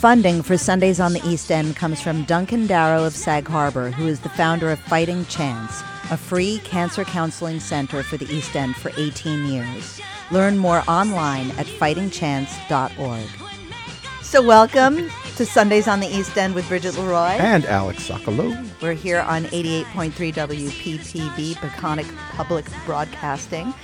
Funding for Sundays on the East End comes from Duncan Darrow of Sag Harbor, who is the founder of Fighting Chance, a free cancer counseling center for the East End for 18 years. Learn more online at fightingchance.org. So, welcome to Sundays on the East End with Bridget Leroy. And Alex Sokolow. We're here on 88.3 WPPB, Peconic Public Broadcasting,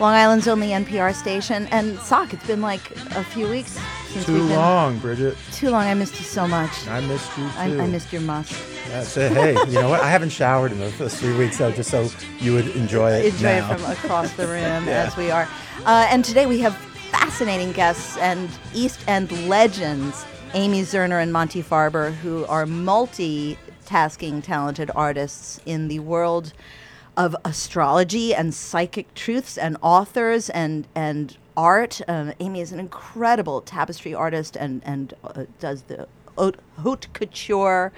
Long Island's only NPR station. And Sock, it's been like a few weeks since Too we've been long, Bridget. Too long. I missed you so much. I missed you too. I, I missed your musk. That's it. Hey, you know what? I haven't showered in the first three weeks, so just so you would enjoy it Enjoy now. it from across the room as we are. Uh, and today we have fascinating guests and East End legends, Amy Zerner and Monty Farber, who are multitasking talented artists in the world of astrology and psychic truths and authors and and art. Um, Amy is an incredible tapestry artist and and uh, does the haute, haute couture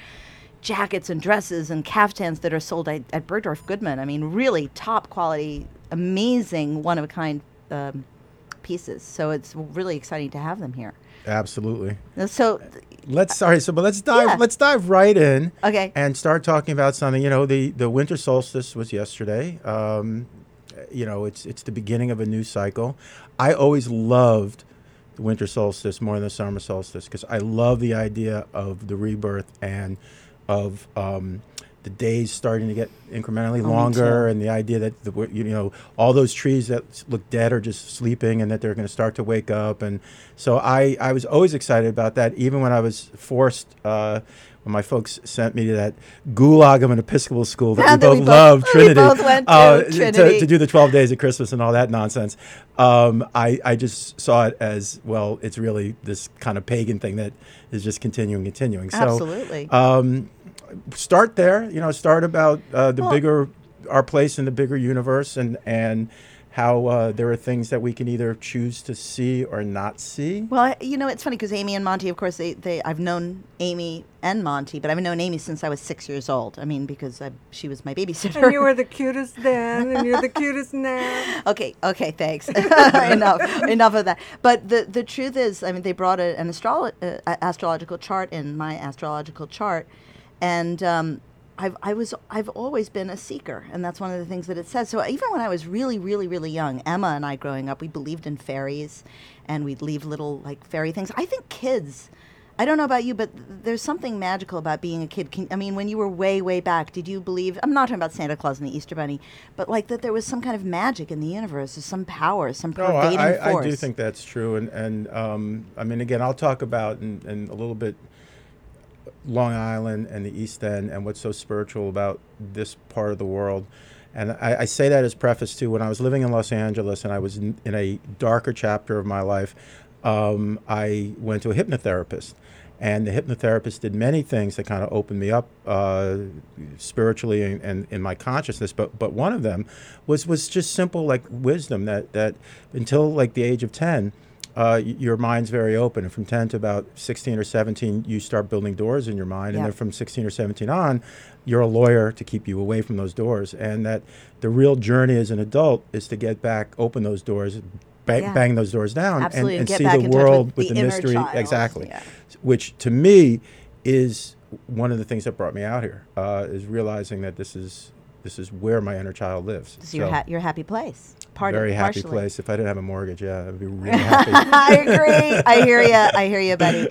jackets and dresses and caftans that are sold at, at Bergdorf Goodman. I mean, really top quality, amazing, one of a kind um, pieces. So it's really exciting to have them here. Absolutely. So, Let's sorry, so but let's dive Yeah. let's dive right in. Okay. And start talking about something. You know, the the winter solstice was yesterday. Um, you know, it's it's the beginning of a new cycle. I always loved the winter solstice more than the summer solstice because I love the idea of the rebirth and of um, the days starting to get incrementally Oh, longer, and the idea that the, w- you know all those trees that s- look dead are just sleeping, and that they're going to start to wake up. And so I, I was always excited about that, even when I was forced. Uh, when my folks sent me to that gulag of an Episcopal school that That we we both both- loved, we Trinity, both went to uh, Trinity. To, to do the 12 days of Christmas and all that nonsense. Um, I, I just saw it as, well, it's really this kind of pagan thing that is just continuing, continuing. So, absolutely. um, start there. You know, start about uh, the Well- bigger our place in the bigger universe, and and how uh, there are things that we can either choose to see or not see. Well, I- you know, it's funny because Amy and Monty, of course, they, they I've known Amy and Monty, but I've known Amy since I was six years old. I mean, because I, she was my babysitter. And you were the cutest then, and you're the cutest now. okay, okay, thanks. enough, enough of that. But the the truth is, I mean, they brought a, an astrolo- uh, a- astrological chart in my astrological chart, and um, I've I was I've always been a seeker, and that's one of the things that it says. So even when I was really, really, really young, Emma and I growing up, we believed in fairies, and we'd leave little like fairy things. I think kids. I don't know about you, but th- there's something magical about being a kid. Can, I mean, when you were way, way back, did you believe? I'm not talking about Santa Claus and the Easter Bunny, but like that there was some kind of magic in the universe, or some power, some No, Oh, I, pervading I, I force. do think that's true, and and um, I mean, again, I'll talk about in, in a little bit Long Island and the East End and what's so spiritual about this part of the world. And I, I say that as preface to when I was living in Los Angeles and I was in, in a darker chapter of my life, um, I went to a hypnotherapist. And the hypnotherapist did many things that kind of opened me up uh, spiritually and, and in my consciousness. But but one of them was was just simple like wisdom that that until like the age of ten, uh, y- your mind's very open. And from 10 to about 16 or 17, you start building doors in your mind. Yeah. And then from 16 or 17 on, you're a lawyer to keep you away from those doors. And that the real journey as an adult is to get back, open those doors, bang, Yeah. bang those doors down, Absolutely, and and, get see back the in touch with world the inner mystery. child. Exactly. Yeah. Which to me is one of the things that brought me out here, uh, is realizing that this is. This is where my inner child lives. It's your, ha- your happy place. Part very of, happy partially. place. If I didn't have a mortgage, yeah, I'd be really happy. I agree. I hear you. I hear you, buddy.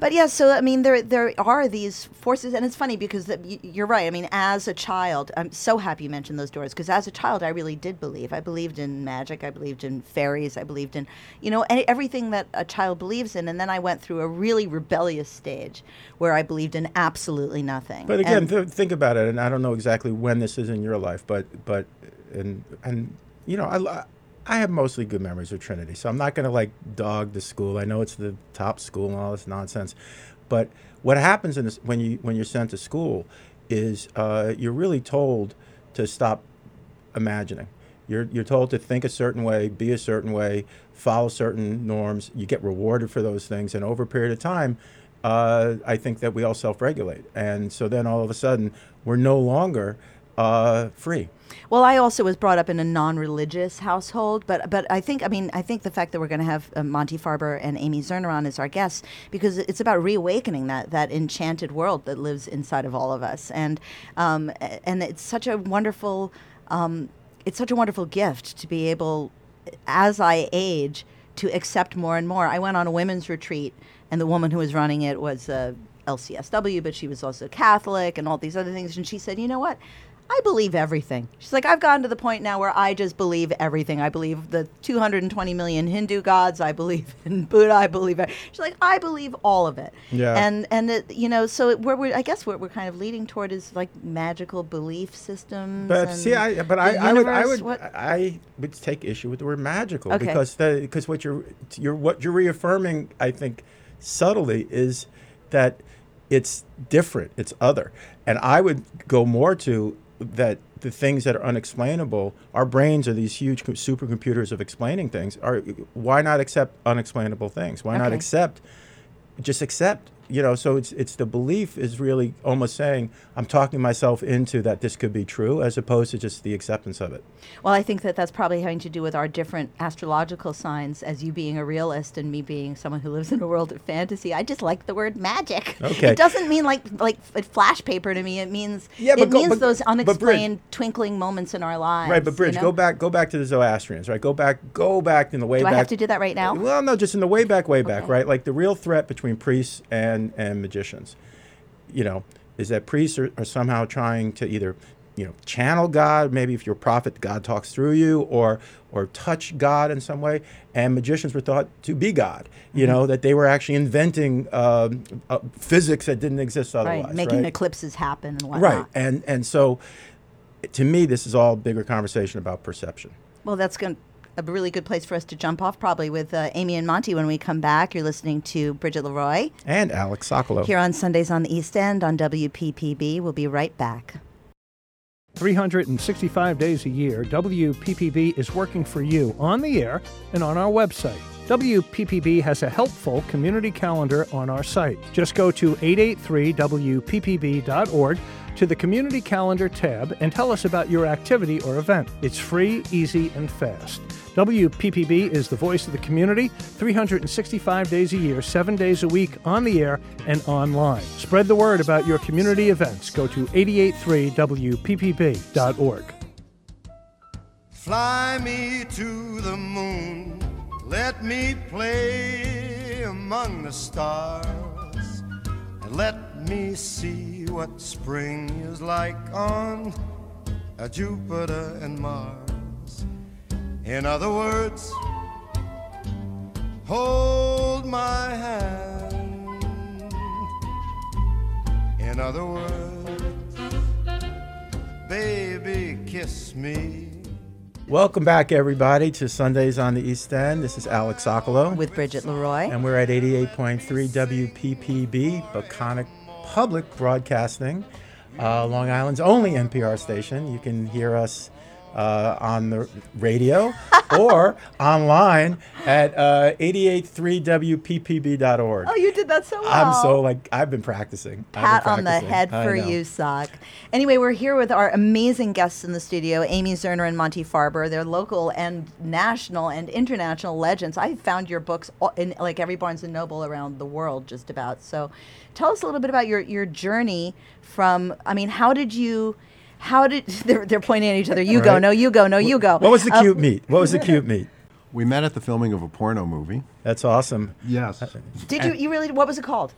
But yeah, so I mean, there there are these forces, and it's funny because the, y- you're right. I mean, as a child, I'm so happy you mentioned those doors because as a child, I really did believe. I believed in magic. I believed in fairies. I believed in you know e- everything that a child believes in. And then I went through a really rebellious stage where I believed in absolutely nothing. But again, And- th- think about it, and I don't know exactly when this is in your life, but but and and you know, I li- I have mostly good memories of Trinity, so I'm not going to like dog the school. I know it's the top school and all this nonsense, but what happens in this when you when you're sent to school is uh, you're really told to stop imagining. You're, you're told to think a certain way, be a certain way, follow certain norms. You get rewarded for those things. And over a period of time, uh, I think that we all self regulate. And so then all of a sudden, we're no longer uh, free. Well, I also was brought up in a non-religious household, but but I think I mean I think the fact that we're going to have uh, Monty Farber and Amy Zerner on as our guests because it's about reawakening that that enchanted world that lives inside of all of us, and um, a- and it's such a wonderful um, it's such a wonderful gift to be able, as I age, to accept more and more. I went on a women's retreat, and the woman who was running it was a LCSW, but she was also Catholic and all these other things, and she said, you know what? I believe everything. She's like, I've gotten to the point now where I just believe everything. I believe the 220 million Hindu gods. I believe in Buddha. I believe. e-" She's like, I believe all of it. Yeah. And and it, you know, so it, where we're, I guess what we're kind of leading toward is like magical belief systems. But and see, I but the I, I would I universe, would what- I would take issue with the word magical Okay. because the because what you're you're what you're reaffirming I think subtly is that it's different, it's other, and I would go more to that the things that are unexplainable our brains are these huge co- supercomputers of explaining things are why not accept unexplainable things why not Okay. accept just accept you know so it's it's the belief is really almost saying i'm talking myself into that this could be true as opposed to just the acceptance of it Well, I think that that's probably having to do with our different astrological signs, as you being a realist and me being someone who lives in a world of fantasy. I just like the word magic. Okay. It doesn't mean like like f- flash paper to me. It means Yeah, but it go- means but- those but Bridge- unexplained twinkling moments in our lives. right but you bridge know? go back go back to the zoroastrians right go back go back in the way Do I back have to do that right now? well no just in the way back way back Okay. right like the real threat between priests and and magicians you know, is that priests are, are somehow trying to either, you know, channel God. Maybe if you're a prophet, God talks through you, or or touch God in some way. And magicians were thought to be God. You Mm-hmm. know that they were actually inventing um, uh, physics that didn't exist otherwise. Right, making right? eclipses happen and whatnot. right. And and so, to me, this is all a bigger conversation about perception. Well, that's going a really good place for us to jump off, probably with uh, Amy and Monty when we come back. You're listening to Bridget Leroy And Alex Sokolow. here on Sundays on the East End on WPPB. We'll be right back. 365 days a year, WPPB is working for you on the air and on our website. WPPB has a helpful community calendar on our site. Just go to 883WPPB.org to the Community Calendar tab and tell us about your activity or event. It's free, easy, and fast. WPPB is the voice of the community 365 days a year, seven days a week on the air and online. Spread the word about your community events. Go to 883WPPB.org. Fly me to the moon. Let me play among the stars. And let me see what spring is like on a Jupiter and Mars. In other words, hold my hand. In other words, baby, kiss me. Welcome back, everybody, to Sundays on the East End. This is Alex Sokolow. with Bridget Leroy. And we're at 88.3 WPPB, Baconic Public Broadcasting, uh, Long Island's only NPR station. You can hear us uh, on the radio or online at uh, 883WPPB.org. oh, you did that so well. I'm so like, I've been practicing. I've been pat on the practicing. head I for know. you, sock. Anyway, we're here with our amazing guests in the studio, Amy Zerner and Monty Farber. They're local and national and international legends. I found your books all- in like every Barnes and Noble around the world, just about. So, tell us a little bit about your your journey from. I mean, how did you? How did they're, they're pointing at each other? You go, Right. no, you go, no, you go. What was the Uh, Um, cute meat? What was the cute meat? We met at the filming of a porno movie. That's awesome. Yes. Can Did you? You really? What was it called?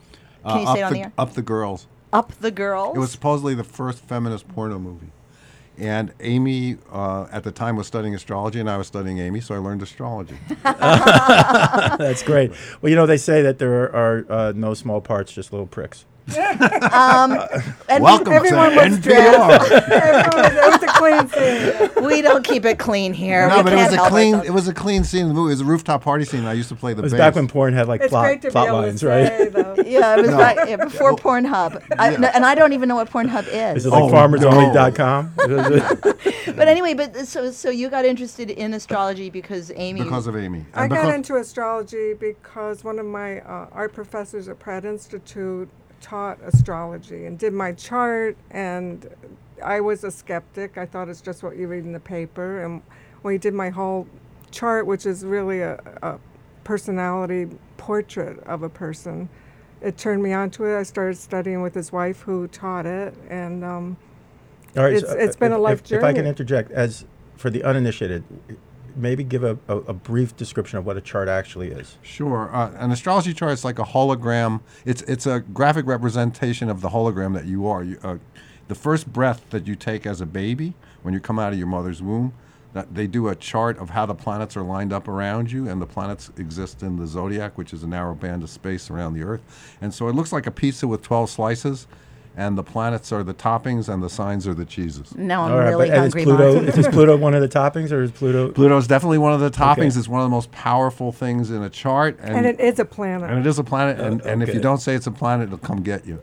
Can you say it on Uh, up the air? Up the Girls. Up the girls. It was supposedly the first feminist porno movie. And Amy, uh, at the time, was studying astrology, and I was studying Amy, so I learned astrology. That's great. Well, you know, they say that there are uh, no small parts, just little pricks. and we- Welcome to everyone was dressed. NPR. that was a clean scene. We don't keep it clean here. no, we but it can't was a help clean. ourselves. It was a clean scene in the movie. It was a rooftop party scene. I used to play the It was bass. back when porn had like It's plot, great to plot be able lines, to right? say, though. Yeah, it was No. back, yeah, before Pornhub. I, Yeah. no, and I don't even know what Pornhub is. Is it like Oh, farmersonly.com? But anyway, but so so you got interested in astrology because Amy. because of Amy. And I got because- into astrology because one of my uh, art professors at Pratt Institute taught astrology and did my chart, and I was a skeptic. I thought it's just what you read in the paper. And when he did my whole chart, which is really a, a personality portrait of a person, it turned me onto it. I started studying with his wife, who taught it, and um, All right, It's- so, uh, it's been a if- life if- If I can journey. interject, as for the uninitiated, maybe give a, a, a brief description of what a chart actually is. Sure. Uh, an astrology chart is like a hologram. It's it's a graphic representation of the hologram that you are. You, uh, the first breath that you take as a baby when you come out of your mother's womb, that they do a chart of how the planets are lined up around you, and the planets exist in the zodiac, which is a narrow band of space around the Earth. And so it looks like a pizza with twelve slices, and the planets are the toppings, and the signs are the cheeses. Mm. Now I'm All right, really but and is hungry. Pluto Mark. is Pluto one of the toppings, or is Pluto? Pluto's definitely one of the toppings. It's one of the most powerful things in a chart, and it is a planet. And it is a planet, and, and if you okay. don't say it's a planet, it'll come get you.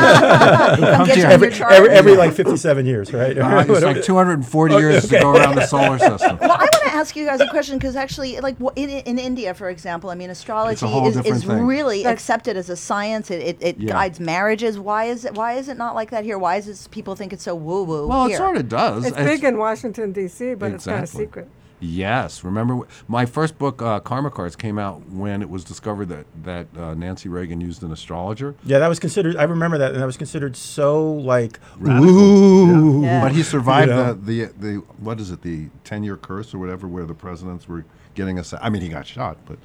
Come get here. your- your Every- chart. Every, every like 57 years, right? Uh, it's like 240 years to go around the solar system. Well, I want to ask you guys a question because actually, like wh- in, in India, for example, I mean, astrology whole is, different is thing. really That's- accepted as a science. It, it, it Yeah. guides marriages. Why is it? Why is it not like that here? Why is it people think it's so woo woo? Well, here? it sort of does. It's big in Washington D.C., but it's not a Exactly. secret. Yes, remember w- my first book, uh, Karma Cards, came out when it was discovered that that uh, Nancy Reagan used an astrologer. yeah, that was considered. I remember that, and that was considered so like Ooh. Yeah. But he survived You know? the, the the what is it the ten year curse or whatever, where the presidents were getting us. I mean, he got shot, but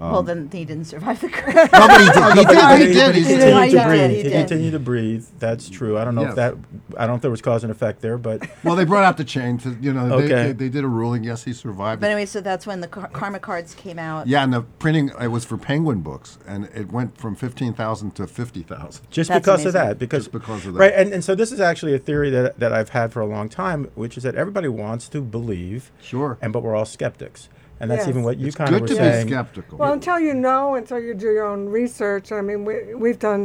Um, well, then he didn't survive the curse. no, but he did. He But did. He but did. did. He continued He did. to did. breathe. He He did. continued to breathe. That's true. I don't know Yes. if that. I don't know if there was cause and effect there, but Well, they brought out the chain. To, you know, they, Okay. they, they did a ruling. Yes, he survived. but anyway, so that's when the car- karma cards came out. Yeah, and the printing it was for Penguin Books, and it went from fifteen thousand to fifty thousand. just That's because of amazing. that because Just because of that. right and, and so this is actually a theory that, that i've had for a long time which is that everybody wants to believe Sure. and but we're all skeptics and that's Yes. even what you It's kind of good were to saying be skeptical. Well, until you know, until you do your own research. I mean, we, we've done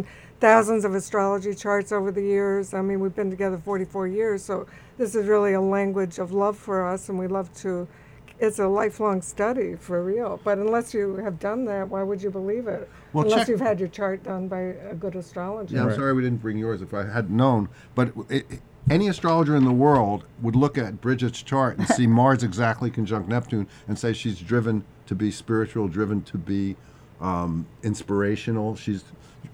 thousands of astrology charts over the years. I mean, we've been together 44 years, so this is really a language of love for us, and we love to. It's a lifelong study for real. But unless you have done that, why would you believe it? Well, unless check- you've had your chart done by a good astrologer. yeah, I'm sorry we didn't bring yours. If I had known, but it, it- any astrologer in the world would look at Bridget's chart and see Mars exactly conjunct Neptune and say she's driven to be spiritual, driven to be um, inspirational. She's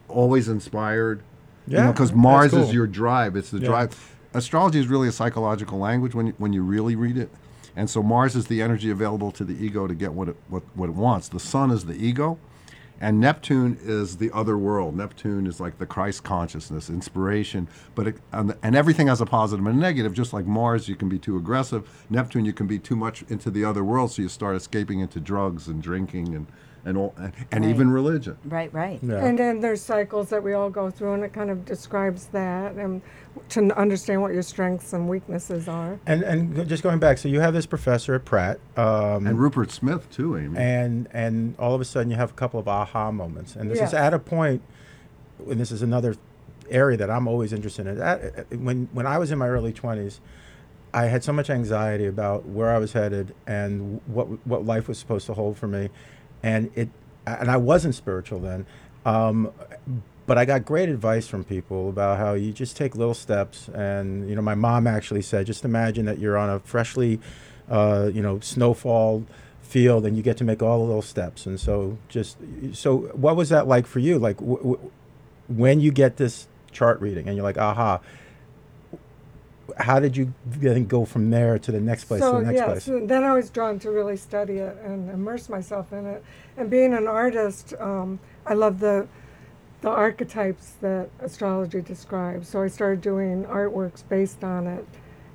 always inspired. Yeah, because that's Mars is cool. your drive. It's the Yeah. drive. Astrology is really a psychological language when you, when you really read it. And so Mars is the energy available to the ego to get what it what, what it wants. The Sun is the ego, and Neptune is the other world. Neptune is like the Christ consciousness, inspiration. But it, and, and everything has a positive and a negative. Just like Mars, you can be too aggressive. Neptune, you can be too much into the other world, so you start escaping into drugs and drinking and and all, and, and even religion. Right, right. yeah. And then there's cycles that we all go through, and it kind of describes that, and to n- understand what your strengths and weaknesses are. and and go- just going back so you have this professor at pratt um, And Rupert Smith too, Amy. and and all of a sudden you have a couple of aha moments and this is Yes. at a point and this is another area that i'm always interested in At- when when i was in my early 20s I had so much anxiety about where I was headed and what what life was supposed to hold for me, and it and I wasn't spiritual then, um, but I got great advice from people about how you just take little steps, and you know my mom actually said just imagine that you're on a freshly, uh, you know snowfall field and you get to make all the little steps, and so just so what was that like for you? Like w- w- when you get this chart reading and you're like aha how did you then go from there to the next place to the next yeah, place? so then I was drawn to really study it and immerse myself in it. And being an artist, um, I love the the archetypes that astrology describes. So I started doing artworks based on it.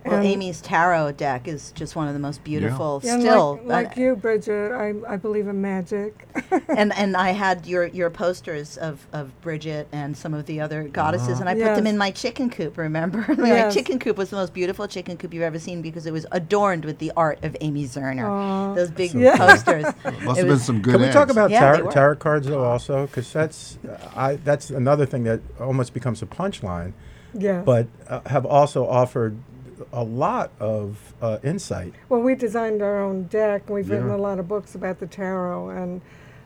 Well, Amy's tarot deck is just one of the most beautiful and still. Um, like, like you, Bridget, I, I believe in magic. and and I had your your posters of, of Bridget and some of the other goddesses, and I put them Yes. in my chicken coop. Remember, my Yes. chicken coop was the most beautiful chicken coop you've ever seen because it was adorned with the art of Amy Zerner. Those big Yeah. posters. Must It have been was- some good. Can we talk eggs. about Yeah, they tarot, were. tarot cards though also? Because that's I that's another thing that almost becomes a punchline, yeah. but uh, have also offered a lot of uh, insight. Well, we designed our own deck. and We've written Yeah. a lot of books about the tarot, and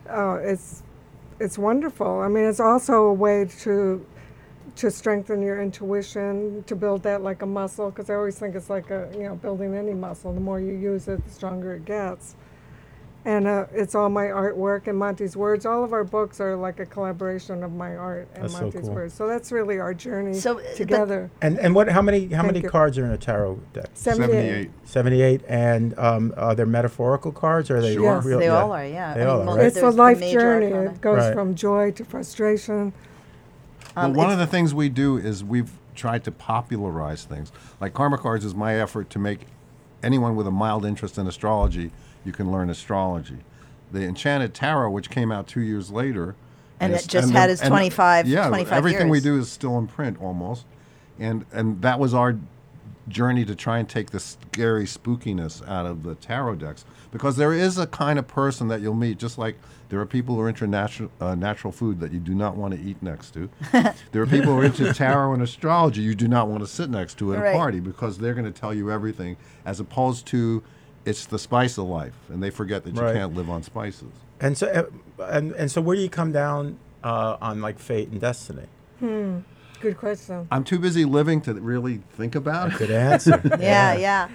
uh, it's it's wonderful. I mean, it's also a way to to strengthen your intuition, to build that like a muscle. Because I always think it's like a you know building any muscle. The more you use it, the stronger it gets. And uh, it's all my artwork and Monty's words. All of our books are like a collaboration of my art and That's so Monty's cool. words. So that's really our journey So, uh, but- together. And and what? How many? How many you. cards are in a tarot deck? 78. Seventy-eight. And um, are they metaphorical cards? Or are they Sure. Yes, real? they all are, yeah. I They mean, all are. most- Right? It's a There's the life major journey. arcana. It goes Right. from joy to frustration. Um, well, one of the things we do is we've tried to popularize things. Like Karma Cards is my effort to make anyone with a mild interest in astrology, you can learn astrology. The Enchanted Tarot, which came out two years later, And it it's- just had its and- 25 Yeah, 25 everything we years. do is still in print almost, and and that was our journey to try and take the scary spookiness out of the tarot decks because there is a kind of person that you'll meet just like there are people who are into natural, uh, natural food that you do not want to eat next to there are people who are into tarot and astrology you do not want to sit next to at Right. a party because they're going to tell you everything as opposed to it's the spice of life and they forget that Right. you can't live on spices And so, uh, and and so, where do you come down uh, on like fate and destiny? Good question. i'm too busy living to really think about it Good answer. yeah, yeah.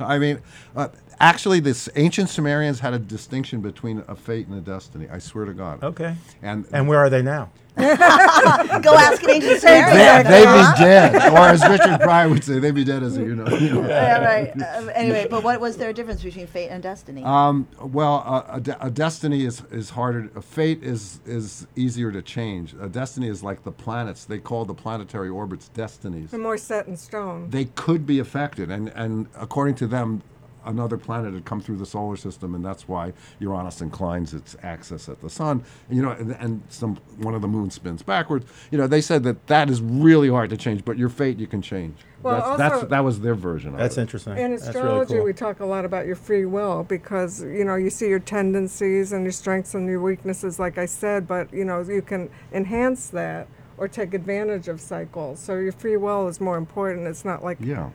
I mean, uh, actually, this ancient Sumerians had a distinction between a fate and a destiny. I swear to God. Okay. And, And where are they now? Go ask an ancient Sumerian. they, would be dead, or as Richard Pryor would say, they'd be dead as a you know. You know. yeah, right. Um, anyway, but what was there a difference between fate and destiny? Um, well, a, a, de- a destiny is, is harder. A fate is is easier to change. A destiny is like the planets. They call the planetary orbits destinies. They're more set in stone. they could be affected. And, and according to them, another planet had come through the solar system, and that's why Uranus inclines its axis at the sun. And, you know, and, and some one of the moon spins backwards. You know, they said that that is really hard to change, but your fate you can change. Well, that's, that's also- that was their version. Of That's it. interesting. Uh, In That's astrology, really cool. we talk a lot about your free will because you know you see your tendencies and your strengths and your weaknesses, like I said. But you know you can enhance that or take advantage of cycles. So your free will is more important. It's not like Yeah.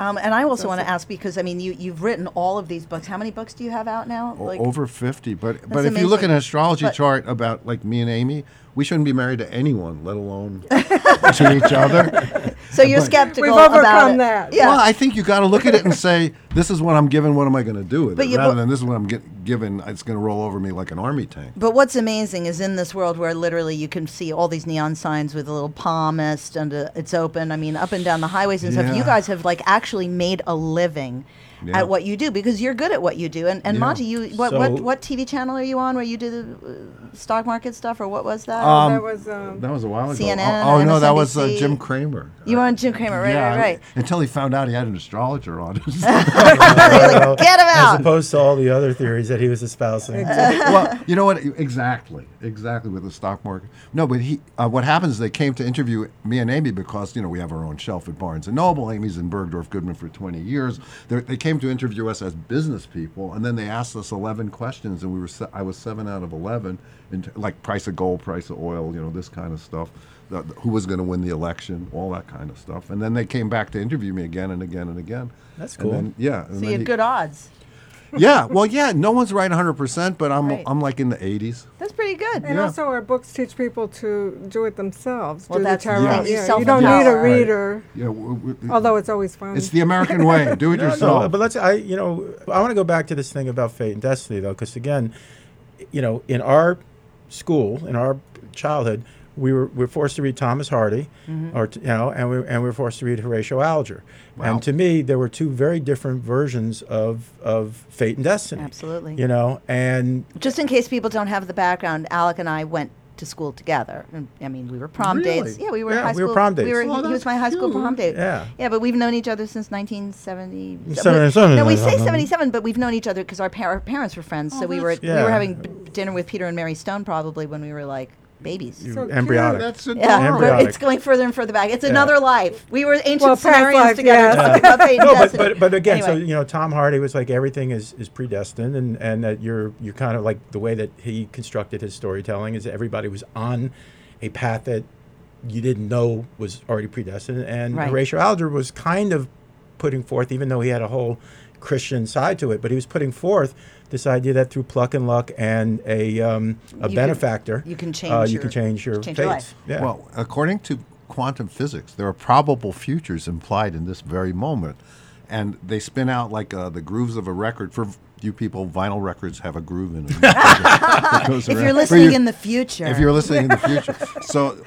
Um, and I also want to ask because I mean, you you've written all of these books. How many books do you have out now? O- over 50 but but if amazing. you look at an astrology But- chart about like me and amy we shouldn't be married to anyone let alone to each other so you're but- skeptical We've about overcome it. that. Yeah. Well, I think you got to look at it and say, "This is what I'm given. What am I going to do with But it?" you- Rather but- than this is what I'm get, given. It's going to roll over me like an army tank. But what's amazing is in this world where literally you can see all these neon signs with a little palmist and uh it's open. I mean, up and down the highways and stuff. You Yeah. guys have like actually made a living Yeah. at what you do because you're good at what you do. And, and Yeah. Monty, you what, what So- what TV channel are you on where you do the uh, stock market stuff or what was that? Uh, that was um, That was a while ago. CNN, oh oh, no, that was uh, MSNBC. Jim Cramer. you were on Jim Cramer, right? yeah, right, right. Until he found out he had an astrologer on. Well, Get him As out. opposed to all the other theories that he was espousing. well, you know what? Exactly, exactly with the stock market. No, but he. Uh, what happens? is They came to interview me and Amy because you know we have our own shelf at Barnes and Noble. Amy's in Bergdorf Goodman for 20 years. They're, they came to interview us as business people, and then they asked us 11 questions, and we were se- I was seven out of 11, in t- like price of gold, price of oil, you know, this kind of stuff. the- the- who was going to win the election? All that kind of stuff. And then they came back to interview me again and again and again. That's And cool. then- yeah. and So then you had he- good odds. yeah, well, yeah, no one's right 100%, but I'm Right. I'm like in the 80s. That's pretty good. And Yeah. also, our books teach people to do it themselves. Well, do that's the tarot. Yeah. You don't need a self-empower. Right. reader, Yeah, w- w- although it's always fun. it's the American way. Do it No, yourself. No, but let's. I you know I want to go back to this thing about fate and destiny though, because again, you know, in our school, in our childhood, we were we were forced to read Thomas Hardy, or t- you know, and we and we were forced to read Horatio Alger. Wow. And to me, there were two very different versions of of fate and destiny. Absolutely. You know, and Just in case people don't have the background, Alec and I went to school together. And, I mean, we were prom Really? dates. Yeah, we were Yeah, high we school. were prom dates. were- Oh, he- he was that's my high school cute. prom date. Yeah. Yeah, but we've known each other since 1970. Seven- seven- no, we say seven. 77, but we've known each other because our, par- our parents were friends. so we were that's we were Yeah. having b- dinner with Peter and Mary Stone probably when we were like babies. you- So cute. embryonic. That's yeah, adorable. but Embryonic. it's going further and further back. It's another life. We were ancient Well, past Sumerians life, together. yes. talking about fate and no, but, destiny. but but again, so Anyway. you know, Tom Hardy was like everything is, is predestined, and, and that you're you're kind of like the way that he constructed his storytelling is everybody was on a path that you didn't know was already predestined, and Right. Horatio Alger was kind of putting forth, even though he had a whole Christian side to it, but he was putting forth this idea that through pluck and luck and a um, a You can- benefactor, you can uh, change you your- can change your change fates. your life. Yeah. Well, according to quantum physics, there are probable futures implied in this very moment, and they spin out like uh, the grooves of a record. For you people, vinyl records have a groove in it. that goes If around. you're For listening you- in the future, if you're listening in the future, so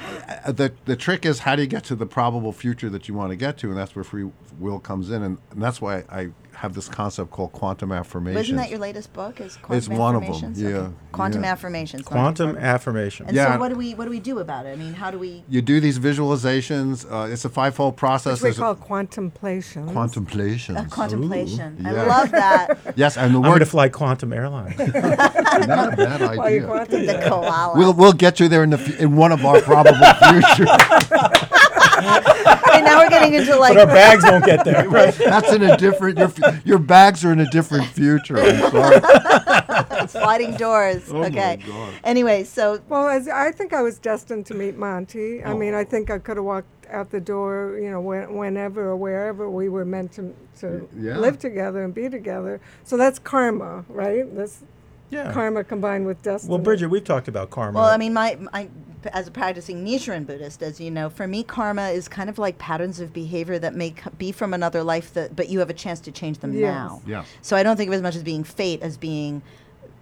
uh, the the trick is how do you get to the probable future that you want to get to, and that's where free will comes in, and, and that's why I have this concept called quantum affirmation. isn't that your latest book? Is quantum one of 'em, affirmations? yeah, Okay. Quantum yeah. affirmations. not- Quantum affirmation. And Yeah. so, what do we what do we do about it? I mean, how do we? you do these visualizations. Uh, it's a five-fold Which process. we There's a- call contemplation. contemplations. A contemplation. I yeah. love that. Yes, and the I'm going word to fly quantum airlines. not a bad Why you idea. quantum- the koala. We'll we'll get you there in the fu- in one of our probable future. okay, now we're getting into like but our bags won't get there. Right? That's in a different. Your fu- your bags are in a different future. I'm sorry. sliding doors. Oh my okay. God. Anyway, so Well, as I think I was destined to meet Monty. Oh. I mean, I think I could have walked out the door, you know, when, whenever or wherever we were meant to, to yeah. live together and be together. So that's karma, right? That's Yeah. karma combined with destiny. Well, Bridget, we've talked about karma. well, I mean, my, my as a practicing Nichiren Buddhist, as you know, for me, karma is kind of like patterns of behavior that may c- be from another life that, but you have a chance to change them Yes. now. Yeah. So I don't think of it as much as being fate as being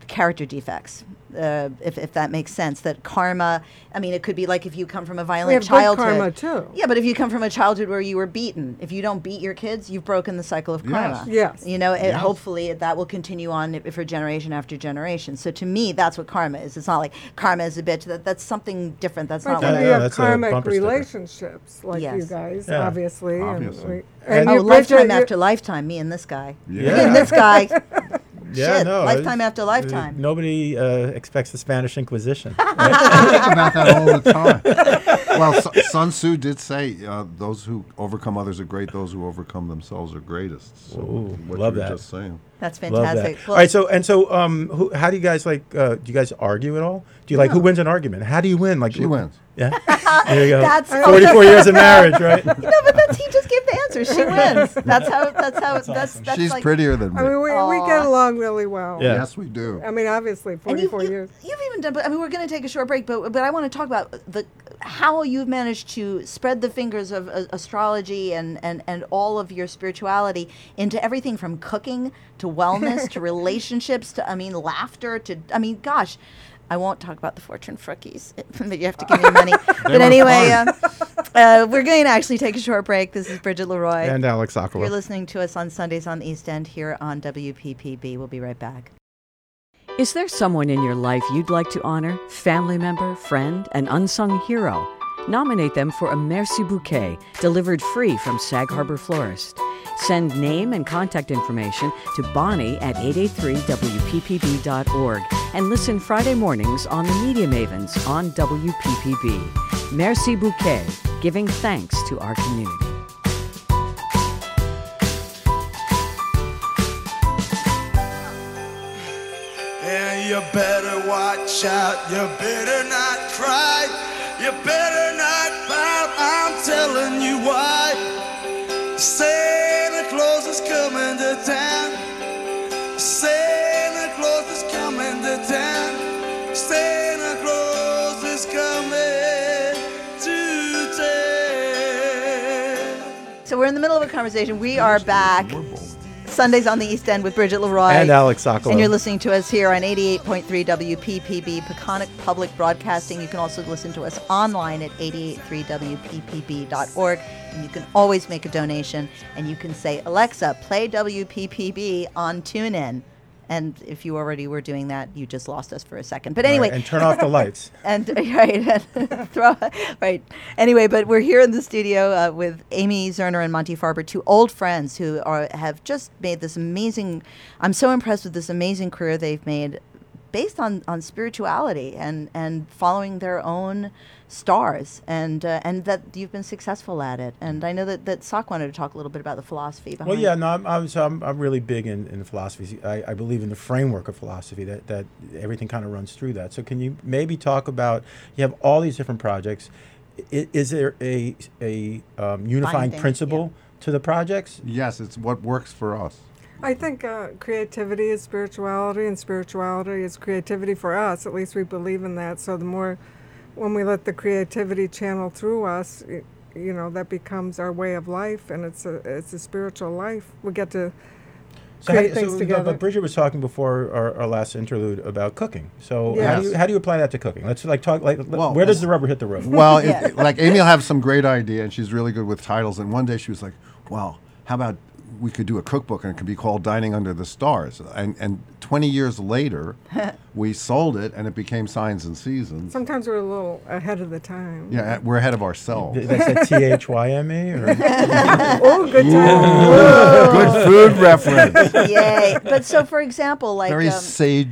character defects, uh, if, if that makes sense. That karma, I mean, it could be like if you come from a violent have good childhood. karma, too. Yeah, but if you come from a childhood where you were beaten, if you don't beat your kids, you've broken the cycle of karma. Yes. You know, it, hopefully that will continue on i- for generation after generation. So to me, that's what karma is. It's not like karma is a bitch. That that's something different. That's I not think Yeah, what. we yeah, have that's a karmic bumper sticker. relationships, like you Yes. guys, Yeah. obviously. Obviously. And, we, And- Oh, you, lifetime Bridget, you- after lifetime. Me and this guy. Yeah. And this guy. yeah, shit, no, lifetime it's- after lifetime. Nobody uh, expects the Spanish Inquisition. I think about that all the time. Well, Su- Sun Tzu did say, uh, "Those who overcome others are great; those who overcome themselves are greatest." So Ooh, what love you were that. Just saying. That's Love fantastic. that. all right, so and so, um, who, how do you guys like? Uh, do you guys argue at all? Do you like who wins an argument? How do you win? Like She wins. Yeah, there you go. That's- oh, forty-four years of marriage, right? no, but that's he just gave the answer. She wins. That's how. That's how. That's that's, She's like, prettier than me. I mean, we, we get along really well. Yeah. Yes, we do. Um, I mean, obviously, 44 years. You've even done. But I mean, we're going to take a short break, but but I want to talk about the how you've managed to spread the fingers of uh, astrology and and and all of your spirituality into everything from cooking to wellness to relationships to I mean laughter to I mean gosh. I won't talk about the fortune frookies, but you have to give me money. but were anyway, uh, uh, we're going to actually take a short break. This is Bridget Leroy. And Alex Sokolow. You're listening to us on Sundays on the East End here on WPPB. We'll be right back. Is there someone in your life you'd like to honor? Family member, friend, an unsung hero? Nominate them for a Merci Bouquet delivered free from Sag Harbor Florist. Send name and contact information to Bonnie at 883WPPB.org and listen Friday mornings on the Media Mavens on WPPB. Merci Bouquet, giving thanks to our community. And you better watch out, you better not cry, you better not pout, I'm telling you why. Santa Claus is coming to town. Santa Claus is coming to town. Santa Claus is coming to town. So we're in the middle of a conversation. We are back. Sundays on the East End with Bridget Leroy. And Alex Sokolow. And you're listening to us here on 88.3 WPPB, Peconic Public Broadcasting. You can also listen to us online at 883WPPB.org. And you can always make a donation. And you can say, Alexa, play WPPB on TuneIn. And if you already were doing that, you just lost us for a second. But anyway, Right, and turn off the lights. and right, and throw right. Anyway, but we're here in the studio uh, with Amy Zerner and Monty Farber, two old friends who are have just made this amazing. I'm so impressed with this amazing career they've made, based on on spirituality and and following their own stars, and uh, and that you've been successful at it. And I know that that Sock wanted to talk a little bit about the philosophy behind. Well, yeah, no, I'm, I'm, so I'm, I'm really big in, in philosophy. I, I believe in the framework of philosophy that, that everything kind of runs through that. So, can you maybe talk about you have all these different projects? Is, is there a, a um, unifying Binding, yeah. principle to the projects? Yes, it's what works for us. I think uh, creativity is spirituality, and spirituality is creativity for us. At least we believe in that. So the more, when we let the creativity channel through us, y- you know, that becomes our way of life, and it's a it's a spiritual life. We get to So, how do create you- things so but- together. but Bridget was talking before our, our last interlude about cooking. So how, Yes. do you, how do you apply that to cooking? Let's like talk like let- Well, where does as- the rubber hit the road? Well, it- Yeah. it- like Amy will have some great idea, and she's really good with titles. And one day she was like, "Wow, how about we could do a cookbook and it could be called Dining Under the Stars?" And and 20 years later, we sold it, and it became Signs and Seasons. Sometimes we're a little ahead of the time. Yeah, we're ahead of ourselves. Th- That's a T H Y M E or Oh, good time. good food reference. Yay! But so, for example, like Very um, sage,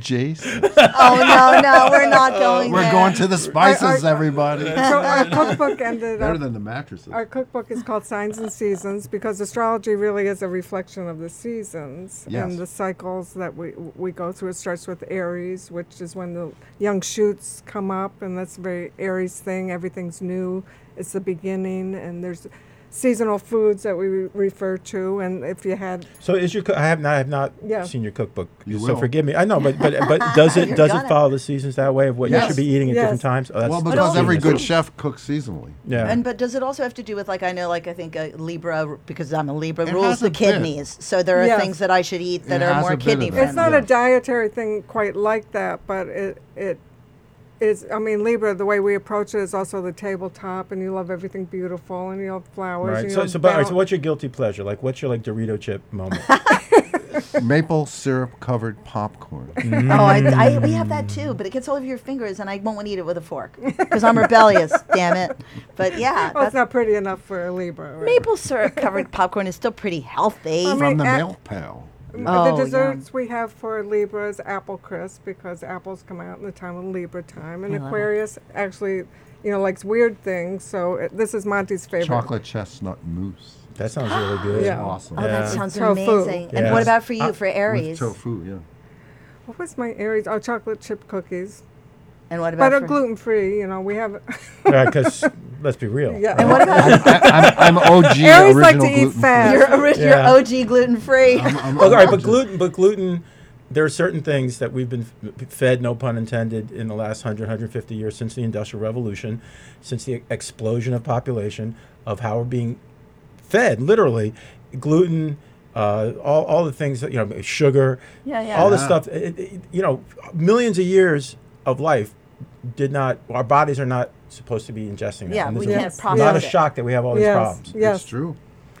oh Jason. no, no, we're not going. We're there. going to the spices, everybody. So our cookbook ended Better up than the mattresses. Our cookbook is called Signs and Seasons because astrology really is a reflection of the seasons Yes. and the cycles that we we go through. It starts with Aries, which is when the young shoots come up, and that's a very Aries thing. Everything's new. It's the beginning, and there's seasonal foods that we re- refer to. And if you had so is your cook- I have not I have not Yeah. seen your cookbook. You so will. forgive me. I know, but but but does it You're does it gonna. follow the seasons that way of what you Yes. should be eating at Yes. different times? Oh, that's- well, that's because every genius. good chef cooks seasonally. yeah. And but does it also have to do with like I know like I think a Libra because I'm a Libra It rules has the a bit. kidneys, so there are Yes. things that I should eat that It are has more a bit of kidney that. friendly. It's not Yeah. a dietary thing quite like that, but it it is. I mean, Libra. The way we approach it is also the tabletop, and you love everything beautiful, and you love flowers. Right. And you So, love so, but, all right, so balance. what's your guilty pleasure? Like, what's your like Dorito chip moment? Maple syrup covered popcorn. Oh, Mm-hmm. I, I, we have that too, but it gets all over your fingers, and I won't want to eat it with a fork because I'm rebellious. damn it! But yeah, Oh, it's that's, not pretty enough for a Libra. Right? maple syrup covered popcorn is still pretty healthy. I mean, From the ac- milk pal. Oh, yeah. the desserts we have for Libra is apple crisp because apples come out in the time of Libra time, and Aquarius actually, you know, likes weird things. So it, this is Monty's favorite. Chocolate chestnut mousse. That sounds really good. Yeah. Awesome. oh, that sounds Tofu. amazing. And what Yes. about for you Uh, for With Aries? tofu, yeah. What was my Aries? Oh, chocolate chip cookies, And what about but are for- gluten free. You know, we have. Because let's be real. Yeah. right? And what about I, I'm, I'm OG Aries original like to eat gluten-free. fat. your, ori- your Yeah. OG gluten free? I'm- Well, all right, I'm Oh, but OG. gluten, but gluten, there are certain things that we've been f- fed, no pun intended, in the last 100, 150 years since the Industrial Revolution, since the explosion of population, of how we're being fed, literally, gluten, uh, all, all the things that, you know, sugar, Yeah, yeah. all this stuff. It, it, you know, millions of years of life did not, our bodies are not supposed to be ingesting that. Yeah, And we this is can't Not a process it. shock that we have all these Yes, problems. Yes. It's true.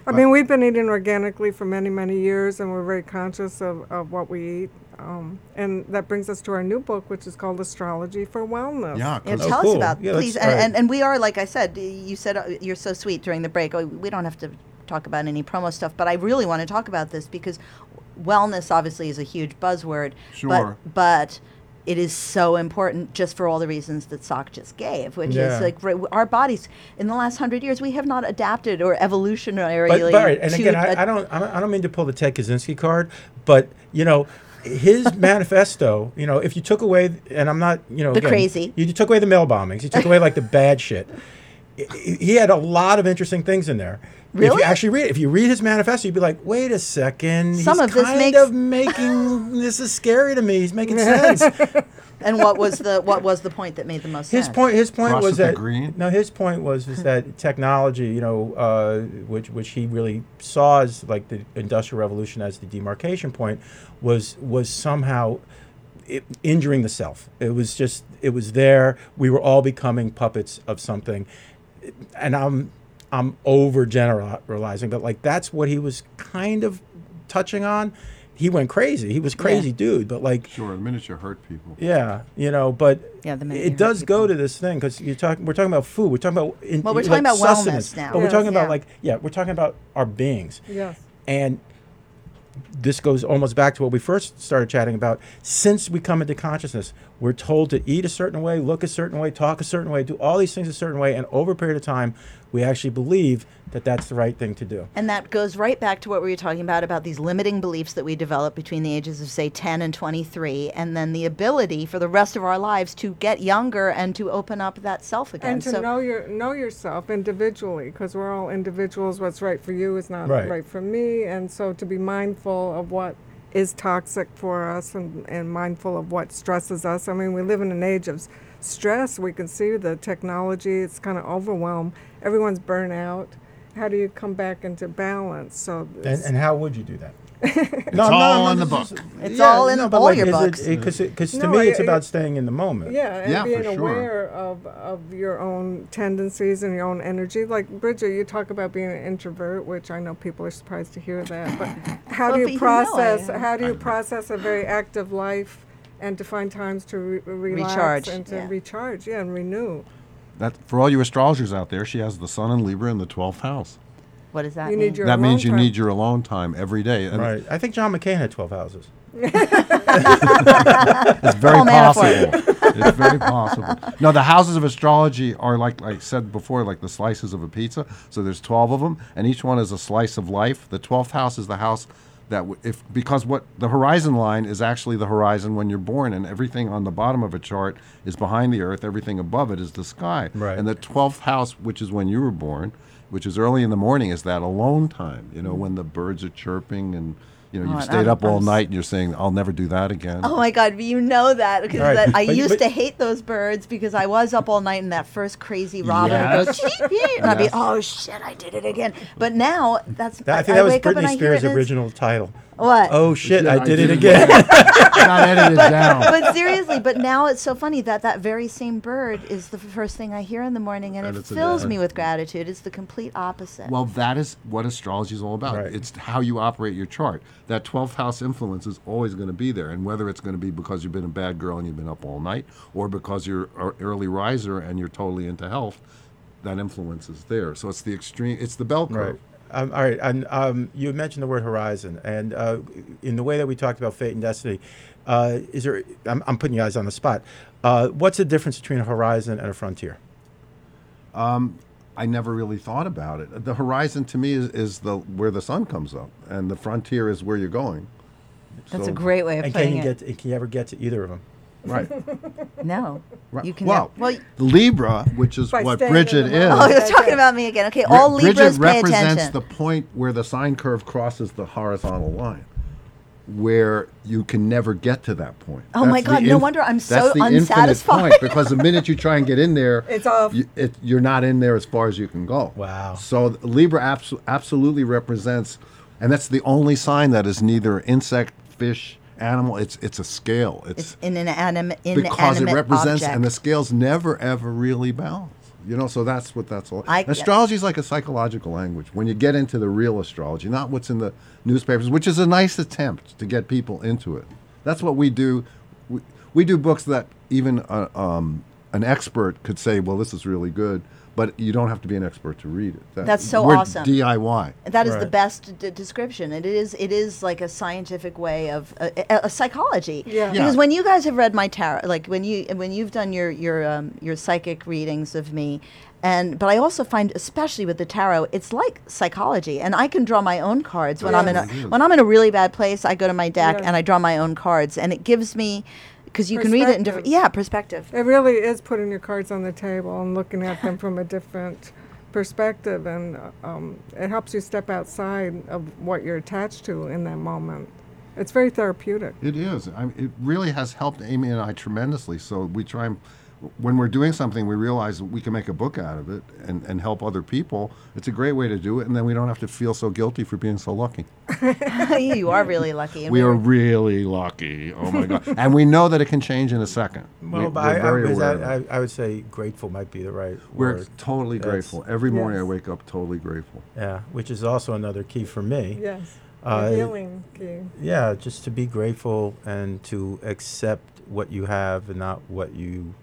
I mean, we've been eating organically for many, many years, and we're very conscious of, of what we eat. Um, and that brings us to our new book, which is called Astrology for Wellness. Yeah, Yeah, 'cause tell us cool. about Yeah, let's please, start. and, and, and we are like I said. You said uh, you're so sweet during the break. Oh, We don't have to talk about any promo stuff, but I really want to talk about this because wellness obviously is a huge buzzword. Sure. But, but it is so important just for all the reasons that Sock just gave, which Yeah. is like re- our bodies in the last hundred years we have not adapted or evolutionarily. But, but all right, and to again, I, a- I don't, I don't, I don't mean to pull the Ted Kaczynski card, but you know, his manifesto. You know, if you took away, and I'm not, you know, The again, crazy. You took away the mail bombings. You took away like the bad shit. I- I- He had a lot of interesting things in there. If Really? you actually read it, if you read his manifesto, you'd be like, "Wait a second, Some he's of this kind makes- of making this is scary to me. He's making sense." And what was the what was the point that made the most His sense? point. His point was Cross with the that green? no. His point was is that technology, you know, uh, which which he really saw as like the industrial revolution as the demarcation point, was was somehow it, injuring the self. It was just it was there. We were all becoming puppets of something, and I'm I'm over generalizing, but like that's what he was kind of touching on. He went crazy. He was crazy, dude. But like Sure, the minute you hurt people. yeah, you know, but Yeah, the minute you it hurt does people. go to this thing because you're talking. We're talking about food. We're talking about in, Well, we're like talking about wellness sustenance, now. But Yes, we're talking yeah. about like yeah, we're talking about our beings, Yes. and this goes almost back to what we first started chatting about. Since we come into consciousness, we're told to eat a certain way, look a certain way, talk a certain way, do all these things a certain way, and over a period of time, we actually believe that that's the right thing to do. And that goes right back to what we were talking about about these limiting beliefs that we develop between the ages of, say, 10 and 23, and then the ability for the rest of our lives to get younger and to open up that self again. And to so, know your know yourself individually, because we're all individuals. What's right for you is not Right. right. for me, and so to be mindful of what is toxic for us, and, and mindful of what stresses us. I mean, we live in an age of s- stress. We can see the technology; it's kind of overwhelmed. Everyone's burnt out. How do you come back into balance? So And, it's- and how would you do that? it's all in the book. It's all in all your books. Because to No, me, I- it's I- about staying in the moment. Yeah, and Yeah, for being sure. aware of, of your own tendencies and your own energy. Like Bridget, you talk about being an introvert, which I know people are surprised to hear that. But how Well, do but you you know I process? am. how do you process a very active life and to find times to re- relax Recharge, and to yeah. recharge? Yeah, and renew. That for all you astrologers out there, she has the sun in Libra in the 12th house. what does that You mean? need your that means alone you time. need your alone time every day. And Right. I think John McCain had 12 houses. It's very Paul Manafort. possible. it's very possible. No, the houses of astrology are like I said before, like the slices of a pizza. So there's 12 of them, and each one is a slice of life. The 12th house is the house that w- if because what the horizon line is actually the horizon when you're born, and everything on the bottom of a chart is behind the earth. Everything above it is the sky. Right. And the 12th house, which is when you were born, which is early in the morning, is that alone time. You know, when the birds are chirping and. You know, Oh, you've and stayed I'm- up all I'm s- night and you're saying, I'll never do that again. Oh my God! You know that because Right. that, I But- used but- to hate those birds because I was up all night in that first crazy robin. would go, Yes. "Cheep, cheep," and I'd be, Yes. oh shit, I did it again. But now that's That, I think that was wake up and Britney I hear it Spears' and it's- original title. What? Oh shit! Yeah, I did it again. Not edited down. but seriously, but now it's so funny that that very same bird is the first thing I hear in the morning, and, And it it's a fills different- me with gratitude. It's the complete opposite. Well, that is what astrology is all about. Right. It's how you operate your chart. That 12th house influence is always going to be there. And whether it's going to be because you've been a bad girl and you've been up all night, or because you're an early riser and you're totally into health, that influence is there. So it's the extreme, it's the bell curve. Right. Um, all right. And um, you had mentioned the word horizon, and uh, in the way that we talked about fate and destiny, uh, is there? I'm, I'm putting you guys on the spot. Uh, what's the difference between a horizon and a frontier? I never really thought about it. The horizon to me is, is the where the sun comes up, and the frontier is where you're going. That's So- a great way of And can putting you it. get? and Can you ever get to either of them? Right. no, you can. well, well, y- Libra, which is By what staying in Bridget the is. moment. oh, you're talking about me again. Okay, Bri- all Libras Bridget pay represents attention. the point where the sine curve crosses the horizontal line, where you can never get to that point. Oh my the God, no wonder I'm that's so the infinite unsatisfied. point, because the minute you try and get in there, It's off. You, it, you're not in there as far as you can go. Wow. So th- Libra abs- absolutely represents, and that's the only sign that is neither insect, fish, animal. It's it's a scale. It's, it's in an anim- inanimate because it represents object. and the scales never ever really balance you know so that's what that's all I- astrology is like a psychological language when you get into the real astrology not what's in the newspapers which is a nice attempt to get people into it that's what we do we, we do books that even uh, um, an expert could say well this is really good but you don't have to be an expert to read it That- That's so we're awesome. diy That is the Right. best d- description. It is. It is like a scientific way of uh, a, a psychology. Yeah. Because Yeah. when you guys have read my tarot, like when you when you've done your your um, your psychic readings of me, and but I also find, especially with the tarot, it's like psychology. And I can draw my own cards when I'm in a when I'm in a really bad place. I go to my deck Yeah. and I draw my own cards, and it gives me because you can read it in different. Perspective. Yeah, perspective. It really is putting your cards on the table and looking at them from a different perspective, and uh, um, it helps you step outside of what you're attached to in that moment. It's very therapeutic. It is. I mean, it really has helped Amy and I tremendously. So we try and when we're doing something, we realize that we can make a book out of it and, and help other people. It's a great way to do it, and then we don't have to feel so guilty for being so lucky. you are really lucky. and We were- are really lucky. Oh my god! and we know that it can change in a second. Well, we, but we're I, very I, is aware. that- of it. I, I would say grateful might be the right we're word. totally grateful. Every morning I Yes. wake up totally grateful. Yeah, which is also another key for me. Yes. Uh, the healing key. Yeah, just to be grateful and to accept what you have and not what you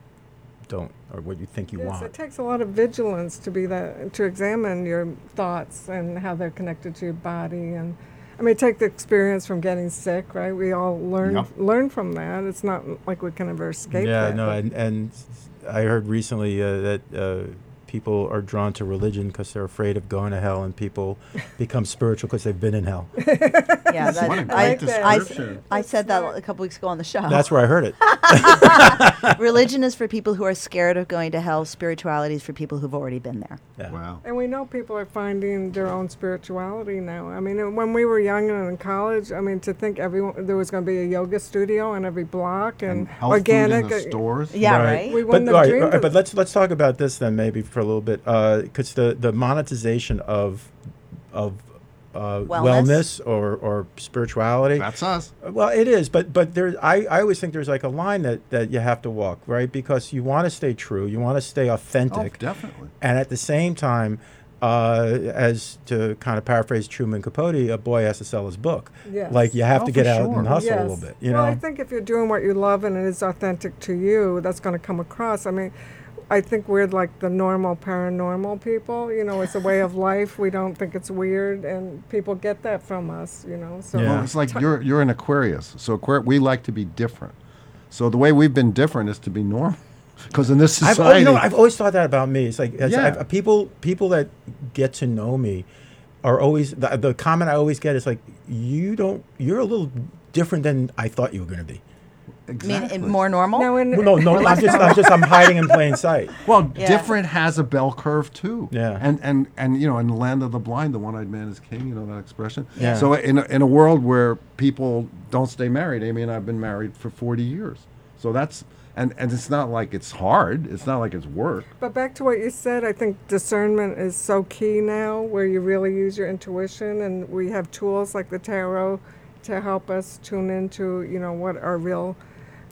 don't or what you think you Yes, want. it takes a lot of vigilance to be that to examine your thoughts and how they're connected to your body and I mean take the experience from getting sick, right? We all learn Yep. learn from that. It's not like we can ever escape yeah, that. no, but- and, and I heard recently uh, that uh, people are drawn to religion because they're afraid of going to hell, and people become spiritual because they've been in hell. Yeah, that, What a I, great I, description. I said that a couple weeks ago on the show. That's where I heard it. Religion is for people who are scared of going to hell. Spirituality is for people who've already been there. Yeah. Wow. And we know people are finding their own spirituality now. I mean, when we were young and in college, I mean, to think everyone there was going to be a yoga studio on every block and, And health organic uh, food in the stores. Yeah, right. We But, wouldn't have all right, dreamed all right, of but let's let's talk about this then maybe for a little bit because the the monetization of of uh, Wellness. wellness. or or spirituality. That's us. Well, it is, but but there, I, I always think there's like a line that, that you have to walk, right? Because you want to stay true, you want to stay authentic, Oh, definitely. and at the same time, uh, as to kind of paraphrase Truman Capote, a boy has to sell his book. Yes. Like you have Oh, to for get out sure. and hustle Yes. a little bit, you well, know. I think if you're doing what you love and it is authentic to you, that's going to come across. I mean, I think we're like the normal paranormal people. You know, it's a way of life. We don't think it's weird, and people get that from us. You know, so Yeah. Well, it's like you're you're an Aquarius, so Aquari- we like to be different. So the way we've been different is to be normal, because in this I've, society, al- you know, I've always thought that about me. It's like it's- Yeah. I've- uh, people people that get to know me are always the, the comment I always get is like you don't you're a little different than I thought you were going to be. I mean, exactly. it, more normal. now in Well, no, no, I'm just I'm just I'm hiding in plain sight. Well, Yeah. different has a bell curve too. Yeah. And and and you know, in the land of the blind, the one-eyed man is king. You know that expression. Yeah. So in a, in a world where people don't stay married, Amy and I've been married for 40 years. So that's and and it's not like it's hard. It's not like it's work. But back to what you said, I think discernment is so key now, where you really use your intuition, and we have tools like the tarot to help us tune into, you know, what our real.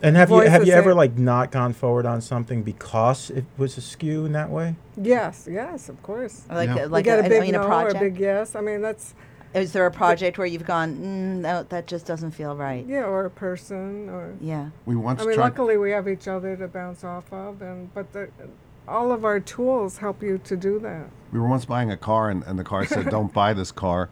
And have you have voices you ever in- like not gone forward on something because it was askew in that way? Yes, yes, of course. Like Yeah. a- like you a, get a big I mean, no a or a project. big yes. I mean, that's Is there a project where you've gone? Mm, no, that just doesn't feel right. yeah, or a person, or Yeah. We once I mean, tried. luckily we have each other to bounce off of, and but the, all of our tools help you to do that. We were once buying a car, and, and the car said, "Don't buy this car,"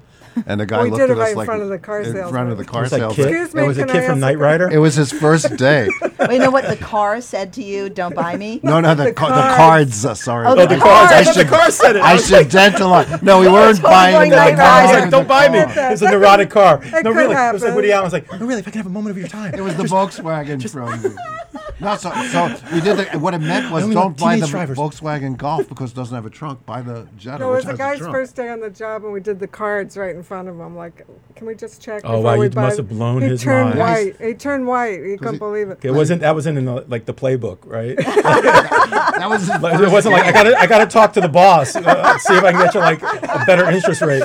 and the guy We looked did it at us right in like front of the car in front salesman. of the It car was that salesman. kid. Excuse that me, was a can kid I from ask Knight a- Rider. It was his first day. Well, you know what the car said to you? Don't buy me. No, no, the, ca- the cards. uh, sorry. Oh, the I- cards. I I thought the should- cards said it. I I was should dentalize. No, we weren't totally buying going the Knight car. Rider. He's like, don't buy me. that. It's a neurotic car. That No, could really. It was like happen. Woody Allen was like, no, really, if I can have a moment of your time. It was the Volkswagen from. No, so, so we did the, what it meant was only don't like buy the teenage drivers. Volkswagen Golf because it doesn't have a trunk. Buy the Jetta. No, it which was the has guy's trunk. first day on the job, and we did the cards right in front of him. Like, can we just check? Oh, before wow, we you buy must th-" have blown he his turned mind. White. He turned white. He couldn't believe it. It wasn't. That was in the, like the playbook, right? That was his Like, it wasn't like I got to. I got to talk to the boss. Uh, see if I can get you like a better interest rate.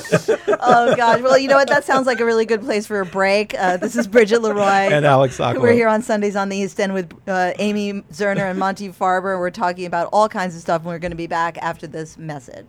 Oh God. Well, you know what? That sounds like a really good place for a break. Uh, this is Bridget Leroy and Alex Ockley. We're here on Sundays on the East End with uh, Amy Zerner and Monty Farber. We're talking about all kinds of stuff, and we're going to be back after this message.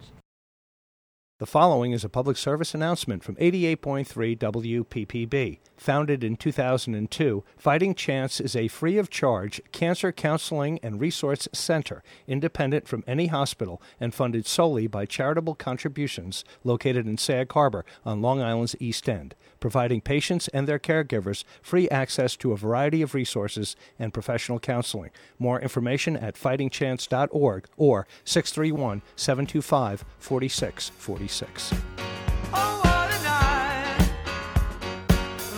The following is a public service announcement from 88.3 WPPB. Founded in 2002, Fighting Chance is a free of charge cancer counseling and resource center, independent from any hospital and funded solely by charitable contributions located in Sag Harbor on Long Island's East End, providing patients and their caregivers free access to a variety of resources and professional counseling. More information at fightingchance.org or 631 725 4646. Oh, what a night.